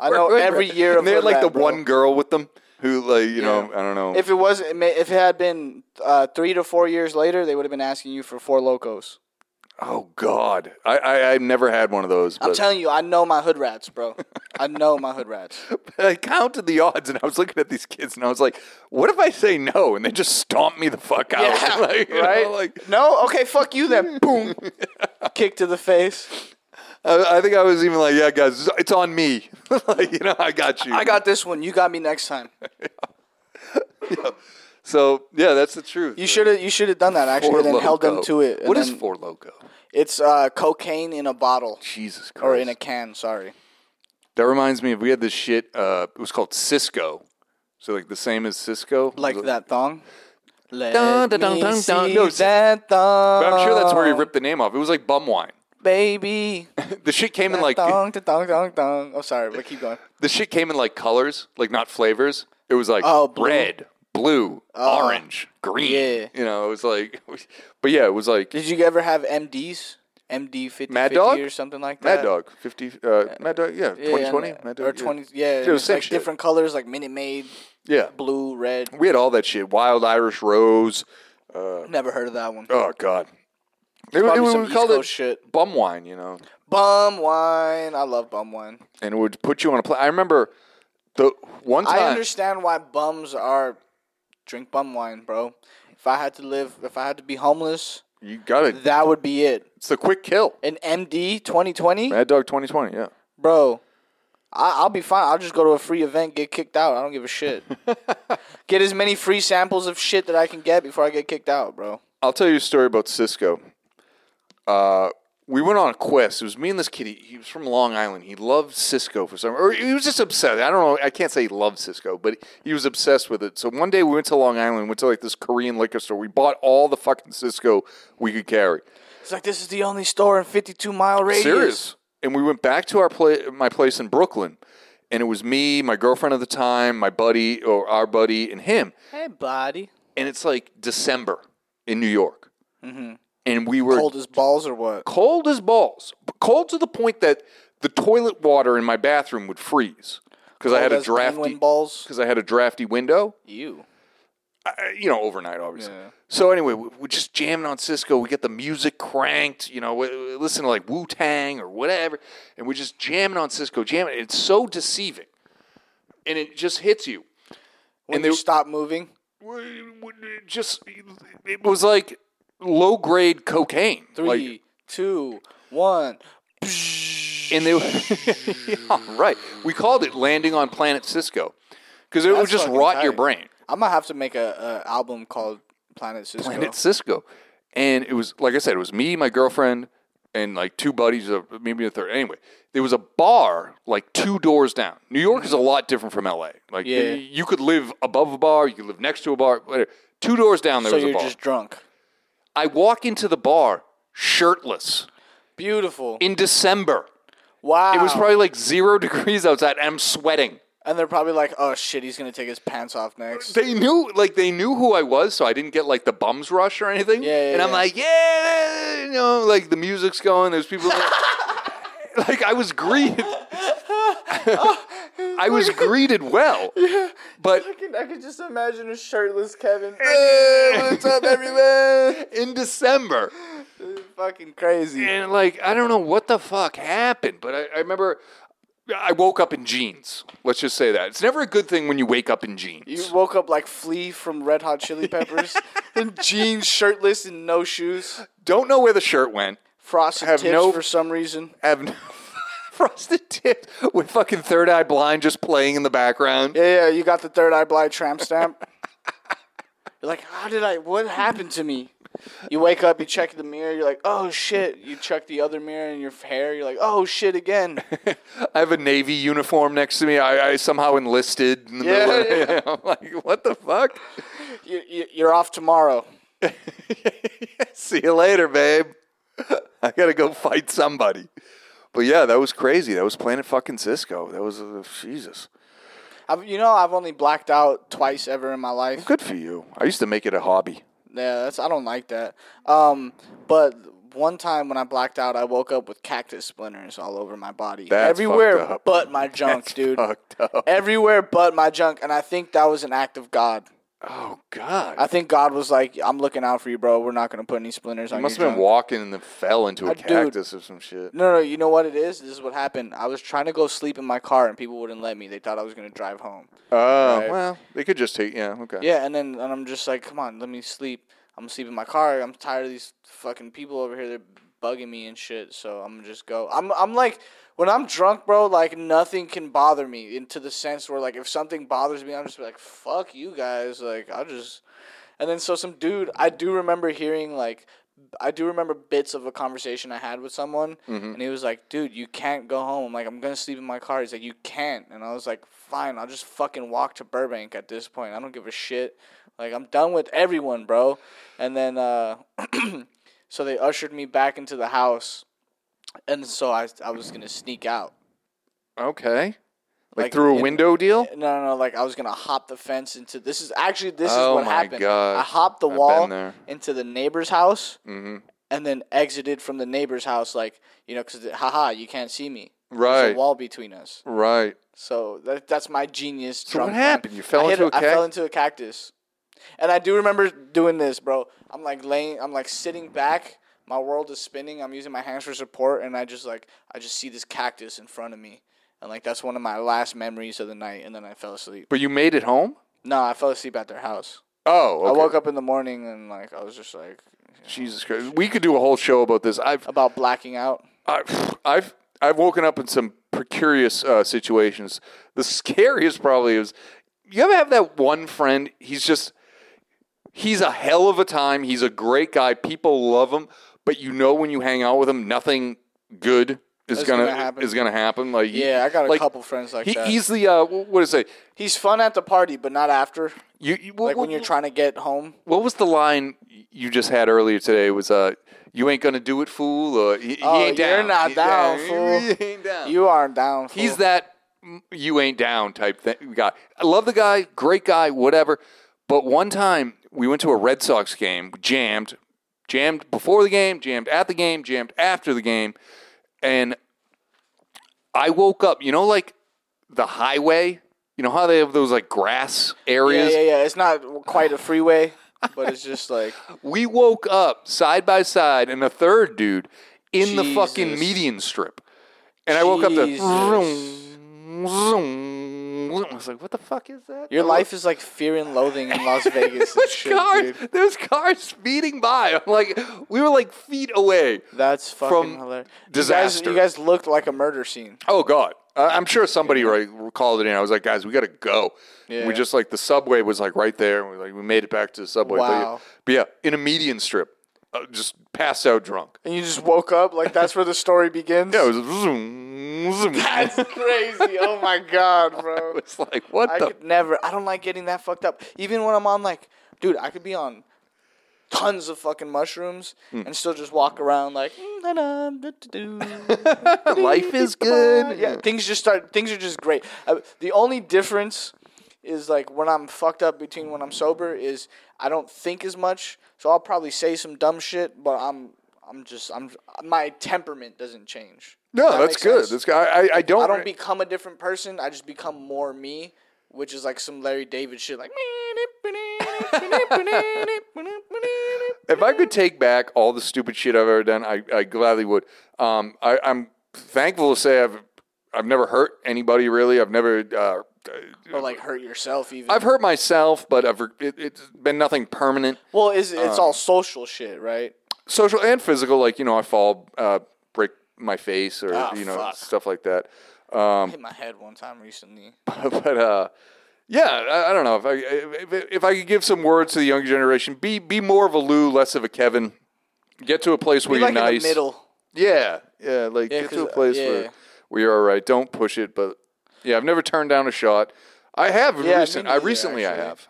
Speaker 2: I know every year of
Speaker 1: and they had
Speaker 2: hood
Speaker 1: like the
Speaker 2: rat, bro.
Speaker 1: one girl with them who, like, you know, I don't know.
Speaker 2: If it wasn't, it may- if it had been uh, three to four years later, they would have been asking you for four locos.
Speaker 1: oh God, I, I I never had one of those.
Speaker 2: I'm
Speaker 1: But
Speaker 2: telling you, I know my hood rats, bro. I know my hood rats.
Speaker 1: I counted the odds, and I was looking at these kids, and I was like, "What if I say no?" And they just stomp me the fuck out,
Speaker 2: Yeah,
Speaker 1: like, you know,
Speaker 2: right?
Speaker 1: like,
Speaker 2: no, okay, fuck you then. Boom, kick to the face.
Speaker 1: I, I think I was even like, "Yeah, guys, it's on me." like, you know, I got you.
Speaker 2: I got this one. You got me next time.
Speaker 1: So yeah, that's the truth.
Speaker 2: You should have. You should have done that actually, and then held them to it. and
Speaker 1: What is
Speaker 2: then-
Speaker 1: four loco?
Speaker 2: It's uh, cocaine in a bottle
Speaker 1: Jesus Christ!
Speaker 2: or in a can. Sorry.
Speaker 1: that reminds me of we had this shit. Uh, it was called Cisco. So like the same as Cisco.
Speaker 2: Like that thong. Let
Speaker 1: Dun, dun, dun,
Speaker 2: me
Speaker 1: dun, dun.
Speaker 2: see
Speaker 1: No, it's-
Speaker 2: that thong.
Speaker 1: But I'm sure that's
Speaker 2: uh,
Speaker 1: where he ripped the name off. It was like bum wine.
Speaker 2: baby.
Speaker 1: The shit came in like
Speaker 2: dong, da, dong, dong, dong. Oh, sorry, but keep going.
Speaker 1: the shit came in like colors, like not flavors. It was like
Speaker 2: Oh, blue. Uh,
Speaker 1: red, blue, orange, green.
Speaker 2: Yeah.
Speaker 1: You know, it was like, but yeah, it was like
Speaker 2: Did you ever have MDs? MD 50,
Speaker 1: Mad
Speaker 2: 50
Speaker 1: Dog?
Speaker 2: or something like that?
Speaker 1: Mad Dog, fifty. Uh, Mad Dog, yeah,
Speaker 2: Yeah,
Speaker 1: twenty twenty.
Speaker 2: and-
Speaker 1: Mad Dog,
Speaker 2: Or
Speaker 1: yeah.
Speaker 2: 20, yeah.
Speaker 1: Dude,
Speaker 2: it was
Speaker 1: sick
Speaker 2: like
Speaker 1: shit.
Speaker 2: different colors like Minute Maid,
Speaker 1: Yeah,
Speaker 2: blue, red.
Speaker 1: we had all that shit. Wild Irish Rose.
Speaker 2: Never heard of that one.
Speaker 1: Oh God, it,
Speaker 2: Probably
Speaker 1: it-
Speaker 2: some
Speaker 1: we
Speaker 2: East
Speaker 1: called it
Speaker 2: Coast shit.
Speaker 1: bum wine, you know,
Speaker 2: Bum wine. I love bum wine.
Speaker 1: and it would put you on a plane. I remember the one time.
Speaker 2: I understand why bums are drink bum wine, bro. If I had to live, if I had to be homeless,
Speaker 1: You got it.
Speaker 2: that would be it.
Speaker 1: It's the quick kill.
Speaker 2: An MD 2020,
Speaker 1: Mad Dog twenty twenty. Yeah.
Speaker 2: bro. I, I'll be fine. I'll just go to a free event, get kicked out. I don't give a shit. get as many free samples of shit that I can get before I get kicked out, bro.
Speaker 1: I'll tell you a story about Cisco. Uh, we went on a quest. It was me and this kid. He, he was from Long Island. He loved Cisco for some, or he was just obsessed. I don't know. I can't say he loved Cisco, but he was obsessed with it. So one day we went to Long Island. Went to like this Korean liquor store. We bought all the fucking Cisco we could carry.
Speaker 2: It's like this is the only store in 52 mile radius.
Speaker 1: Serious. And we went back to our pla- my place in Brooklyn, and it was me, my girlfriend at the time, my buddy or our buddy, and him.
Speaker 2: Hey, buddy.
Speaker 1: And it's like December in New York, and we were
Speaker 2: Cold as balls or what?
Speaker 1: cold as balls, cold to the point that the toilet water in my bathroom would freeze because I had a
Speaker 2: Cold as
Speaker 1: drafty
Speaker 2: penguin balls.
Speaker 1: because I had a drafty window,
Speaker 2: You.
Speaker 1: I, you know, overnight obviously. So anyway, we, we're just jamming on Cisco. We get the music cranked, you know, we, we listen to like Wu Tang or whatever, and we're just jamming on Cisco, jamming. It's so deceiving, and it just hits you.
Speaker 2: When
Speaker 1: they-
Speaker 2: you stop moving.
Speaker 1: W- w- Just it was like low grade cocaine. like,
Speaker 2: Three, two, one.
Speaker 1: and they were- Yeah, right. We called it landing on planet Cisco. because it would
Speaker 2: That's
Speaker 1: just
Speaker 2: fucking
Speaker 1: rot your
Speaker 2: tight.
Speaker 1: brain.
Speaker 2: I'm gonna have to make a, a album called Planet Cisco.
Speaker 1: Planet Cisco. And it was like I said, it was me, my girlfriend, and like two buddies, uh, maybe a third. Anyway, there was a bar like two doors down. New York is a lot different from LA. Like
Speaker 2: Yeah.
Speaker 1: y- you could live above a bar, you could live next to a bar, whatever. Two doors down there
Speaker 2: so
Speaker 1: was a
Speaker 2: you're
Speaker 1: bar.
Speaker 2: just drunk.
Speaker 1: I walk into the bar shirtless
Speaker 2: Beautiful.
Speaker 1: in December.
Speaker 2: wow.
Speaker 1: It was probably like zero degrees outside, and I'm sweating.
Speaker 2: and they're probably like, oh shit, he's gonna take his pants off next.
Speaker 1: They knew, like, they knew who I was, so I didn't get like the bums rush or anything.
Speaker 2: Yeah, yeah,
Speaker 1: and I'm
Speaker 2: yeah.
Speaker 1: like, yeah, you know, like the music's going. There's people. like I was greeted. I was greeted well, but
Speaker 2: can, I can just imagine a shirtless Kevin.
Speaker 1: what's up, everyone? In December,
Speaker 2: fucking crazy.
Speaker 1: and like I don't know what the fuck happened, but I, I remember I woke up in jeans. Let's just say that it's never a good thing when you wake up in jeans.
Speaker 2: You woke up like Flea from Red Hot Chili Peppers, in jeans, shirtless, and no shoes.
Speaker 1: Don't know where the shirt went.
Speaker 2: Frosted
Speaker 1: Have
Speaker 2: tips
Speaker 1: no-
Speaker 2: for some reason.
Speaker 1: have no frosted tips with fucking third eye blind just playing in the background.
Speaker 2: Yeah, yeah, you got the third eye blind tramp stamp. you're like, how did I? What happened to me? You wake up, you check the mirror, you're like, oh shit. You check the other mirror in your hair, you're like, oh shit again.
Speaker 1: I have a navy uniform next to me. I, I somehow enlisted in the
Speaker 2: Yeah,
Speaker 1: middle. Of it. I'm like, what the fuck?
Speaker 2: you, you, you're off tomorrow.
Speaker 1: See you later, babe. I gotta go fight somebody. But yeah, that was crazy. That was Planet fucking Cisco. That was uh, Jesus.
Speaker 2: I've, you know, I've only blacked out twice ever in my life.
Speaker 1: Good for you. I used to make it a hobby.
Speaker 2: Yeah, that's I don't like that. Um, but one time when I blacked out, I woke up with cactus splinters all over my body,
Speaker 1: That's fucked
Speaker 2: everywhere
Speaker 1: up.
Speaker 2: but my junk,
Speaker 1: That's
Speaker 2: dude.
Speaker 1: fucked up.
Speaker 2: Everywhere but my junk, and I think that was an act of God.
Speaker 1: Oh God.
Speaker 2: I think God was like, "I'm looking out for you, bro. We're not gonna put any splinters on
Speaker 1: I must
Speaker 2: your
Speaker 1: have been
Speaker 2: junk."
Speaker 1: walking and then fell into a
Speaker 2: Uh, dude.
Speaker 1: cactus or some shit.
Speaker 2: no, no, you know what it is? This is what happened. I was trying to go sleep in my car, and people wouldn't let me. They thought I was gonna drive home.
Speaker 1: Oh
Speaker 2: Right.
Speaker 1: well, they could just take yeah okay.
Speaker 2: Yeah, and then and I'm just like, come on, let me sleep. I'm sleeping in my car. I'm tired of these fucking people over here. They're bugging me and shit. So I'm gonna just go. I'm I'm like when I'm drunk, bro. Like nothing can bother me. Into the sense where like if something bothers me, I'm just like, fuck you guys. Like I'll just. And then so some dude, I do remember hearing like. I do remember bits of a conversation I had with someone,
Speaker 1: Mm-hmm.
Speaker 2: and he was like, "Dude, you can't go home." I'm like, "I'm gonna sleep in my car." He's like, "You can't," and I was like, "Fine, I'll just fucking walk to Burbank at this point. I don't give a shit. Like, I'm done with everyone, bro." And then, uh, so they ushered me back into the house, and so I I was gonna sneak out.
Speaker 1: Okay. Like,
Speaker 2: Like,
Speaker 1: through a
Speaker 2: in-
Speaker 1: window deal?
Speaker 2: No, no, no, like I was gonna hop the fence into. This is actually this
Speaker 1: Oh
Speaker 2: is what
Speaker 1: my
Speaker 2: happened.
Speaker 1: God.
Speaker 2: I hopped the
Speaker 1: I've been
Speaker 2: wall
Speaker 1: there.
Speaker 2: into the neighbor's house
Speaker 1: Mm-hmm.
Speaker 2: and then exited from the neighbor's house, like you know, because haha, you can't see me. There's
Speaker 1: Right.
Speaker 2: a wall between us.
Speaker 1: Right.
Speaker 2: So that, that's my genius.
Speaker 1: So what
Speaker 2: drunk
Speaker 1: happened? You fell
Speaker 2: I hit
Speaker 1: into a
Speaker 2: I fell
Speaker 1: cactus?
Speaker 2: into a cactus, and I do remember doing this, bro. I'm like laying. I'm like sitting back. My world is spinning. I'm using my hands for support, and I just like I just see this cactus in front of me, and like that's one of my last memories of the night. And then I fell asleep.
Speaker 1: But you made it home?
Speaker 2: No, I fell asleep at their house.
Speaker 1: Oh, okay.
Speaker 2: I woke up in the morning and like I was just like
Speaker 1: Jesus Christ. We could do a whole show about this. I've
Speaker 2: about blacking out.
Speaker 1: I've I've, I've woken up in some precarious uh, situations. The scariest probably is you ever have that one friend, he's just he's a hell of a time, he's a great guy, people love him, but you know when you hang out with him nothing good is
Speaker 2: Is
Speaker 1: gonna,
Speaker 2: gonna happen.
Speaker 1: is gonna happen. Like he-
Speaker 2: Yeah, I got a
Speaker 1: like,
Speaker 2: couple friends like
Speaker 1: He,
Speaker 2: that.
Speaker 1: he's the uh, wh- what is it?
Speaker 2: He's fun at the party, but not after.
Speaker 1: You, you what,
Speaker 2: Like when you're
Speaker 1: what-
Speaker 2: trying to get home.
Speaker 1: what was the line you just had earlier today? Was uh, you ain't gonna do it, fool, or he, he
Speaker 2: Oh,
Speaker 1: ain't down.
Speaker 2: you're not
Speaker 1: He-
Speaker 2: down,
Speaker 1: yeah,
Speaker 2: fool.
Speaker 1: He ain't down.
Speaker 2: You aren't down. Fool.
Speaker 1: He's that mm, you ain't down type thing, guy. I love the guy, great guy, whatever. But one time we went to a Red Sox game, jammed, jammed before the game, jammed at the game, jammed after the game, and I woke up. You know, like the highway. You know how they have those like grass
Speaker 2: Yeah,
Speaker 1: areas.
Speaker 2: yeah, yeah. It's not quite a freeway, but it's just like
Speaker 1: We woke up side by side and a third dude in the
Speaker 2: Jesus.
Speaker 1: fucking median strip. And I woke up to.
Speaker 2: Jesus.
Speaker 1: I was like, what the fuck is that?
Speaker 2: your
Speaker 1: I
Speaker 2: life is like fear and loathing in Las Vegas and
Speaker 1: looked-
Speaker 2: shit,
Speaker 1: Cars,
Speaker 2: dude.
Speaker 1: there's cars speeding by. I'm like, we were like feet away.
Speaker 2: That's fucking
Speaker 1: From
Speaker 2: hilarious. You guys-
Speaker 1: disaster.
Speaker 2: You guys, looked like a murder scene.
Speaker 1: Oh God, I- I'm sure somebody right called it in. I was like, guys, we got to go.
Speaker 2: Yeah.
Speaker 1: We just like the subway was like right there, and we like we made it back to the subway. But, yeah,
Speaker 2: Wow.
Speaker 1: but yeah, in a median strip, uh, just passed out drunk.
Speaker 2: And you just woke up like that's where the story begins.
Speaker 1: Yeah, it was zoom, zoom.
Speaker 2: that's crazy. Oh my god, bro.
Speaker 1: It's like what
Speaker 2: I
Speaker 1: the
Speaker 2: could never. I don't like getting that fucked up. Even when I'm on like, dude, I could be on tons of fucking mushrooms
Speaker 1: Hmm.
Speaker 2: and still just walk around like. "Mm, "Na-na, da-da-doo,
Speaker 1: life is
Speaker 2: da-da-da."
Speaker 1: good.
Speaker 2: Yeah, things just start. Things are just great. Uh, the only difference is like when I'm fucked up between when I'm sober is I don't think as much, so I'll probably say some dumb shit, but I'm. I'm just I'm my temperament doesn't change.
Speaker 1: No,
Speaker 2: Does that
Speaker 1: that's
Speaker 2: make
Speaker 1: good.
Speaker 2: sense?
Speaker 1: That's good. I, I, I don't.
Speaker 2: I don't become a different person. I just become more me, which is like some Larry David shit. Like,
Speaker 1: if I could take back all the stupid shit I've ever done, I, I gladly would. Um, I, I'm thankful to say I've I've never hurt anybody really. I've never. Uh,
Speaker 2: or like hurt yourself even.
Speaker 1: I've hurt myself, but I've, it, it's been nothing permanent,
Speaker 2: well, is
Speaker 1: Uh,
Speaker 2: it's all social shit, right?
Speaker 1: social and physical. Like you know, I fall, uh, break my face, or
Speaker 2: Ah,
Speaker 1: you know,
Speaker 2: fuck.
Speaker 1: stuff like that. um,
Speaker 2: I hit my head one time recently.
Speaker 1: but uh, yeah, I, I don't know if I if, if I could give some words to the younger generation, be be more of a Lou, less of a Kevin. Get to a place where
Speaker 2: Like
Speaker 1: you're
Speaker 2: in
Speaker 1: nice.
Speaker 2: the middle.
Speaker 1: Yeah, yeah, like get to
Speaker 2: 'cause,
Speaker 1: a place
Speaker 2: uh, yeah, yeah.
Speaker 1: where where you're all right. Don't push it, but yeah, I've never turned down a shot. I have
Speaker 2: me
Speaker 1: recent. I
Speaker 2: neither,
Speaker 1: recently I
Speaker 2: actually.
Speaker 1: have.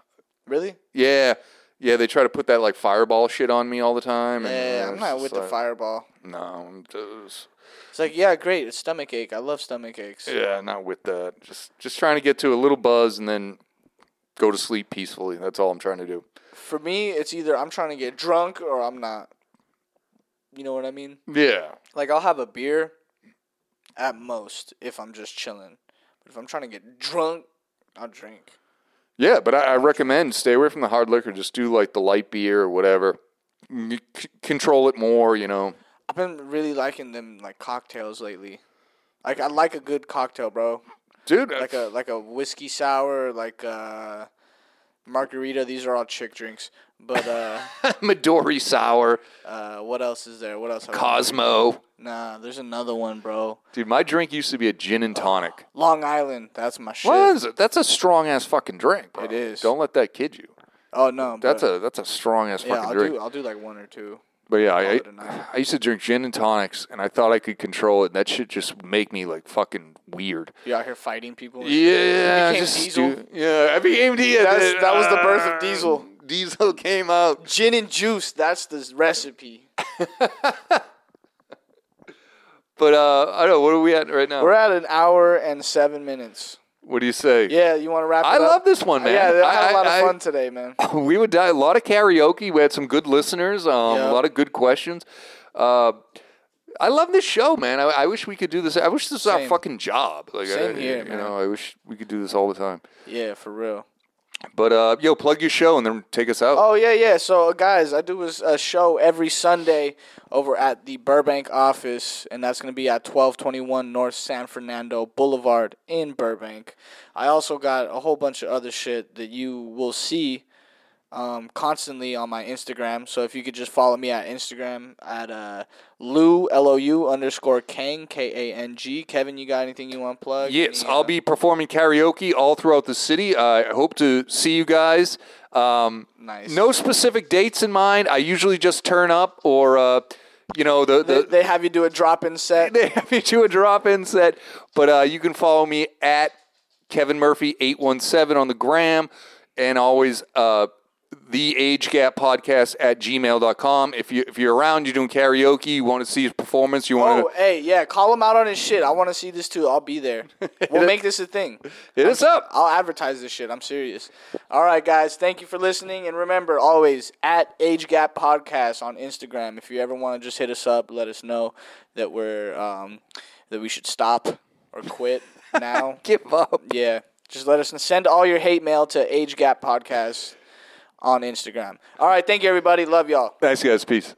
Speaker 2: Really?
Speaker 1: Yeah, yeah. They try to put that like fireball shit on me all the time. And
Speaker 2: Yeah,
Speaker 1: uh,
Speaker 2: I'm
Speaker 1: it's
Speaker 2: not
Speaker 1: just
Speaker 2: with the
Speaker 1: like,
Speaker 2: fireball.
Speaker 1: No, I'm just
Speaker 2: It's like, yeah, great. It's stomach ache. I love stomach aches.
Speaker 1: yeah, not with that. Just just trying to get to a little buzz and then go to sleep peacefully. That's all I'm trying to do.
Speaker 2: For me, it's either I'm trying to get drunk or I'm not. You know what I mean?
Speaker 1: Yeah,
Speaker 2: Like I'll have a beer at most if I'm just chilling. But if I'm trying to get drunk, I'll drink.
Speaker 1: yeah. But I, I recommend stay away from the hard liquor. Just do like the light beer or whatever. Mm, C- control it more. You know.
Speaker 2: I've been really liking them like cocktails lately. Like I like a good cocktail, bro.
Speaker 1: Dude,
Speaker 2: Like a like a whiskey sour, like uh margarita, these are all chick drinks. But uh
Speaker 1: Midori Sour,
Speaker 2: uh what else is there? What else have I-
Speaker 1: Cosmo.
Speaker 2: Nah, there's another one, bro.
Speaker 1: Dude, my drink used to be a gin and tonic.
Speaker 2: Long Island, that's my shit.
Speaker 1: What is it? That's a strong ass fucking drink. bro.
Speaker 2: It is.
Speaker 1: Don't let that kid you.
Speaker 2: Oh no,
Speaker 1: That's
Speaker 2: but,
Speaker 1: a that's a strong ass
Speaker 2: yeah,
Speaker 1: fucking
Speaker 2: I'll
Speaker 1: drink.
Speaker 2: do I'll do like one or two.
Speaker 1: But yeah, I,
Speaker 2: it a
Speaker 1: I,
Speaker 2: night.
Speaker 1: I used to drink gin and tonics, and I thought I could control it. And that shit just make me like fucking weird.
Speaker 2: You out here fighting people and
Speaker 1: Yeah,
Speaker 2: became
Speaker 1: just
Speaker 2: Diesel?
Speaker 1: stu- yeah, I became Diesel.
Speaker 2: That's- that was the birth of Diesel.
Speaker 1: um, Diesel came out.
Speaker 2: gin and juice. That's the recipe.
Speaker 1: But uh, I don't know. What are we at right now?
Speaker 2: We're at an hour and seven minutes.
Speaker 1: what do you say?
Speaker 2: Yeah, you want to wrap? It
Speaker 1: I
Speaker 2: up?
Speaker 1: love this one, man.
Speaker 2: Yeah, I had
Speaker 1: I-
Speaker 2: a lot
Speaker 1: I-
Speaker 2: of fun today, man.
Speaker 1: we would die a lot of karaoke. We had some good listeners, um,
Speaker 2: Yeah.
Speaker 1: a lot of good questions. Uh, I love this show, man. I, I wish we could do this. I wish this was our
Speaker 2: Same.
Speaker 1: fucking job. Like,
Speaker 2: Same
Speaker 1: I,
Speaker 2: here,
Speaker 1: you
Speaker 2: man.
Speaker 1: know. I wish we could do this all the time.
Speaker 2: Yeah, for real.
Speaker 1: But uh, yo, plug your show and then take us out.
Speaker 2: Oh yeah, yeah. So uh, guys, I do a, s- a show every Sunday over at the Burbank office, and that's gonna be at twelve twenty one North San Fernando Boulevard in Burbank. I also got a whole bunch of other shit that you will see um, constantly on my Instagram. So if you could just follow me at Instagram at uh, Lou L O U underscore Kang K A N G. Kevin, you got anything you want to plug?
Speaker 1: Yes,
Speaker 2: Any,
Speaker 1: I'll
Speaker 2: uh,
Speaker 1: be performing karaoke all throughout the city. I hope to see you guys. Um,
Speaker 2: Nice.
Speaker 1: No specific dates in mind. I usually just turn up or, uh, you know, the,
Speaker 2: They,
Speaker 1: the,
Speaker 2: they have you do a drop in set.
Speaker 1: they have me to a drop-in set. But uh, you can follow me at Kevin Murphy eight one seven on the gram, and always uh, the Age Gap Podcast at gmail.com. If you if you're around, you're doing karaoke, you want to see his performance, you want
Speaker 2: Oh, hey, yeah, call him out on his shit. I want to see this too. I'll be there. We'll make this a thing.
Speaker 1: to hit us up.
Speaker 2: I'll advertise this shit. I'm serious. All right, guys, thank you for listening. And remember, always at Age Gap Podcast on Instagram. If you ever want to just hit us up, let us know that we're um, that we should stop or quit now.
Speaker 1: Give up.
Speaker 2: yeah, just let us send all your hate mail to Age Gap Podcast on Instagram. All right, thank you, everybody. Love y'all.
Speaker 1: Thanks, guys. Peace.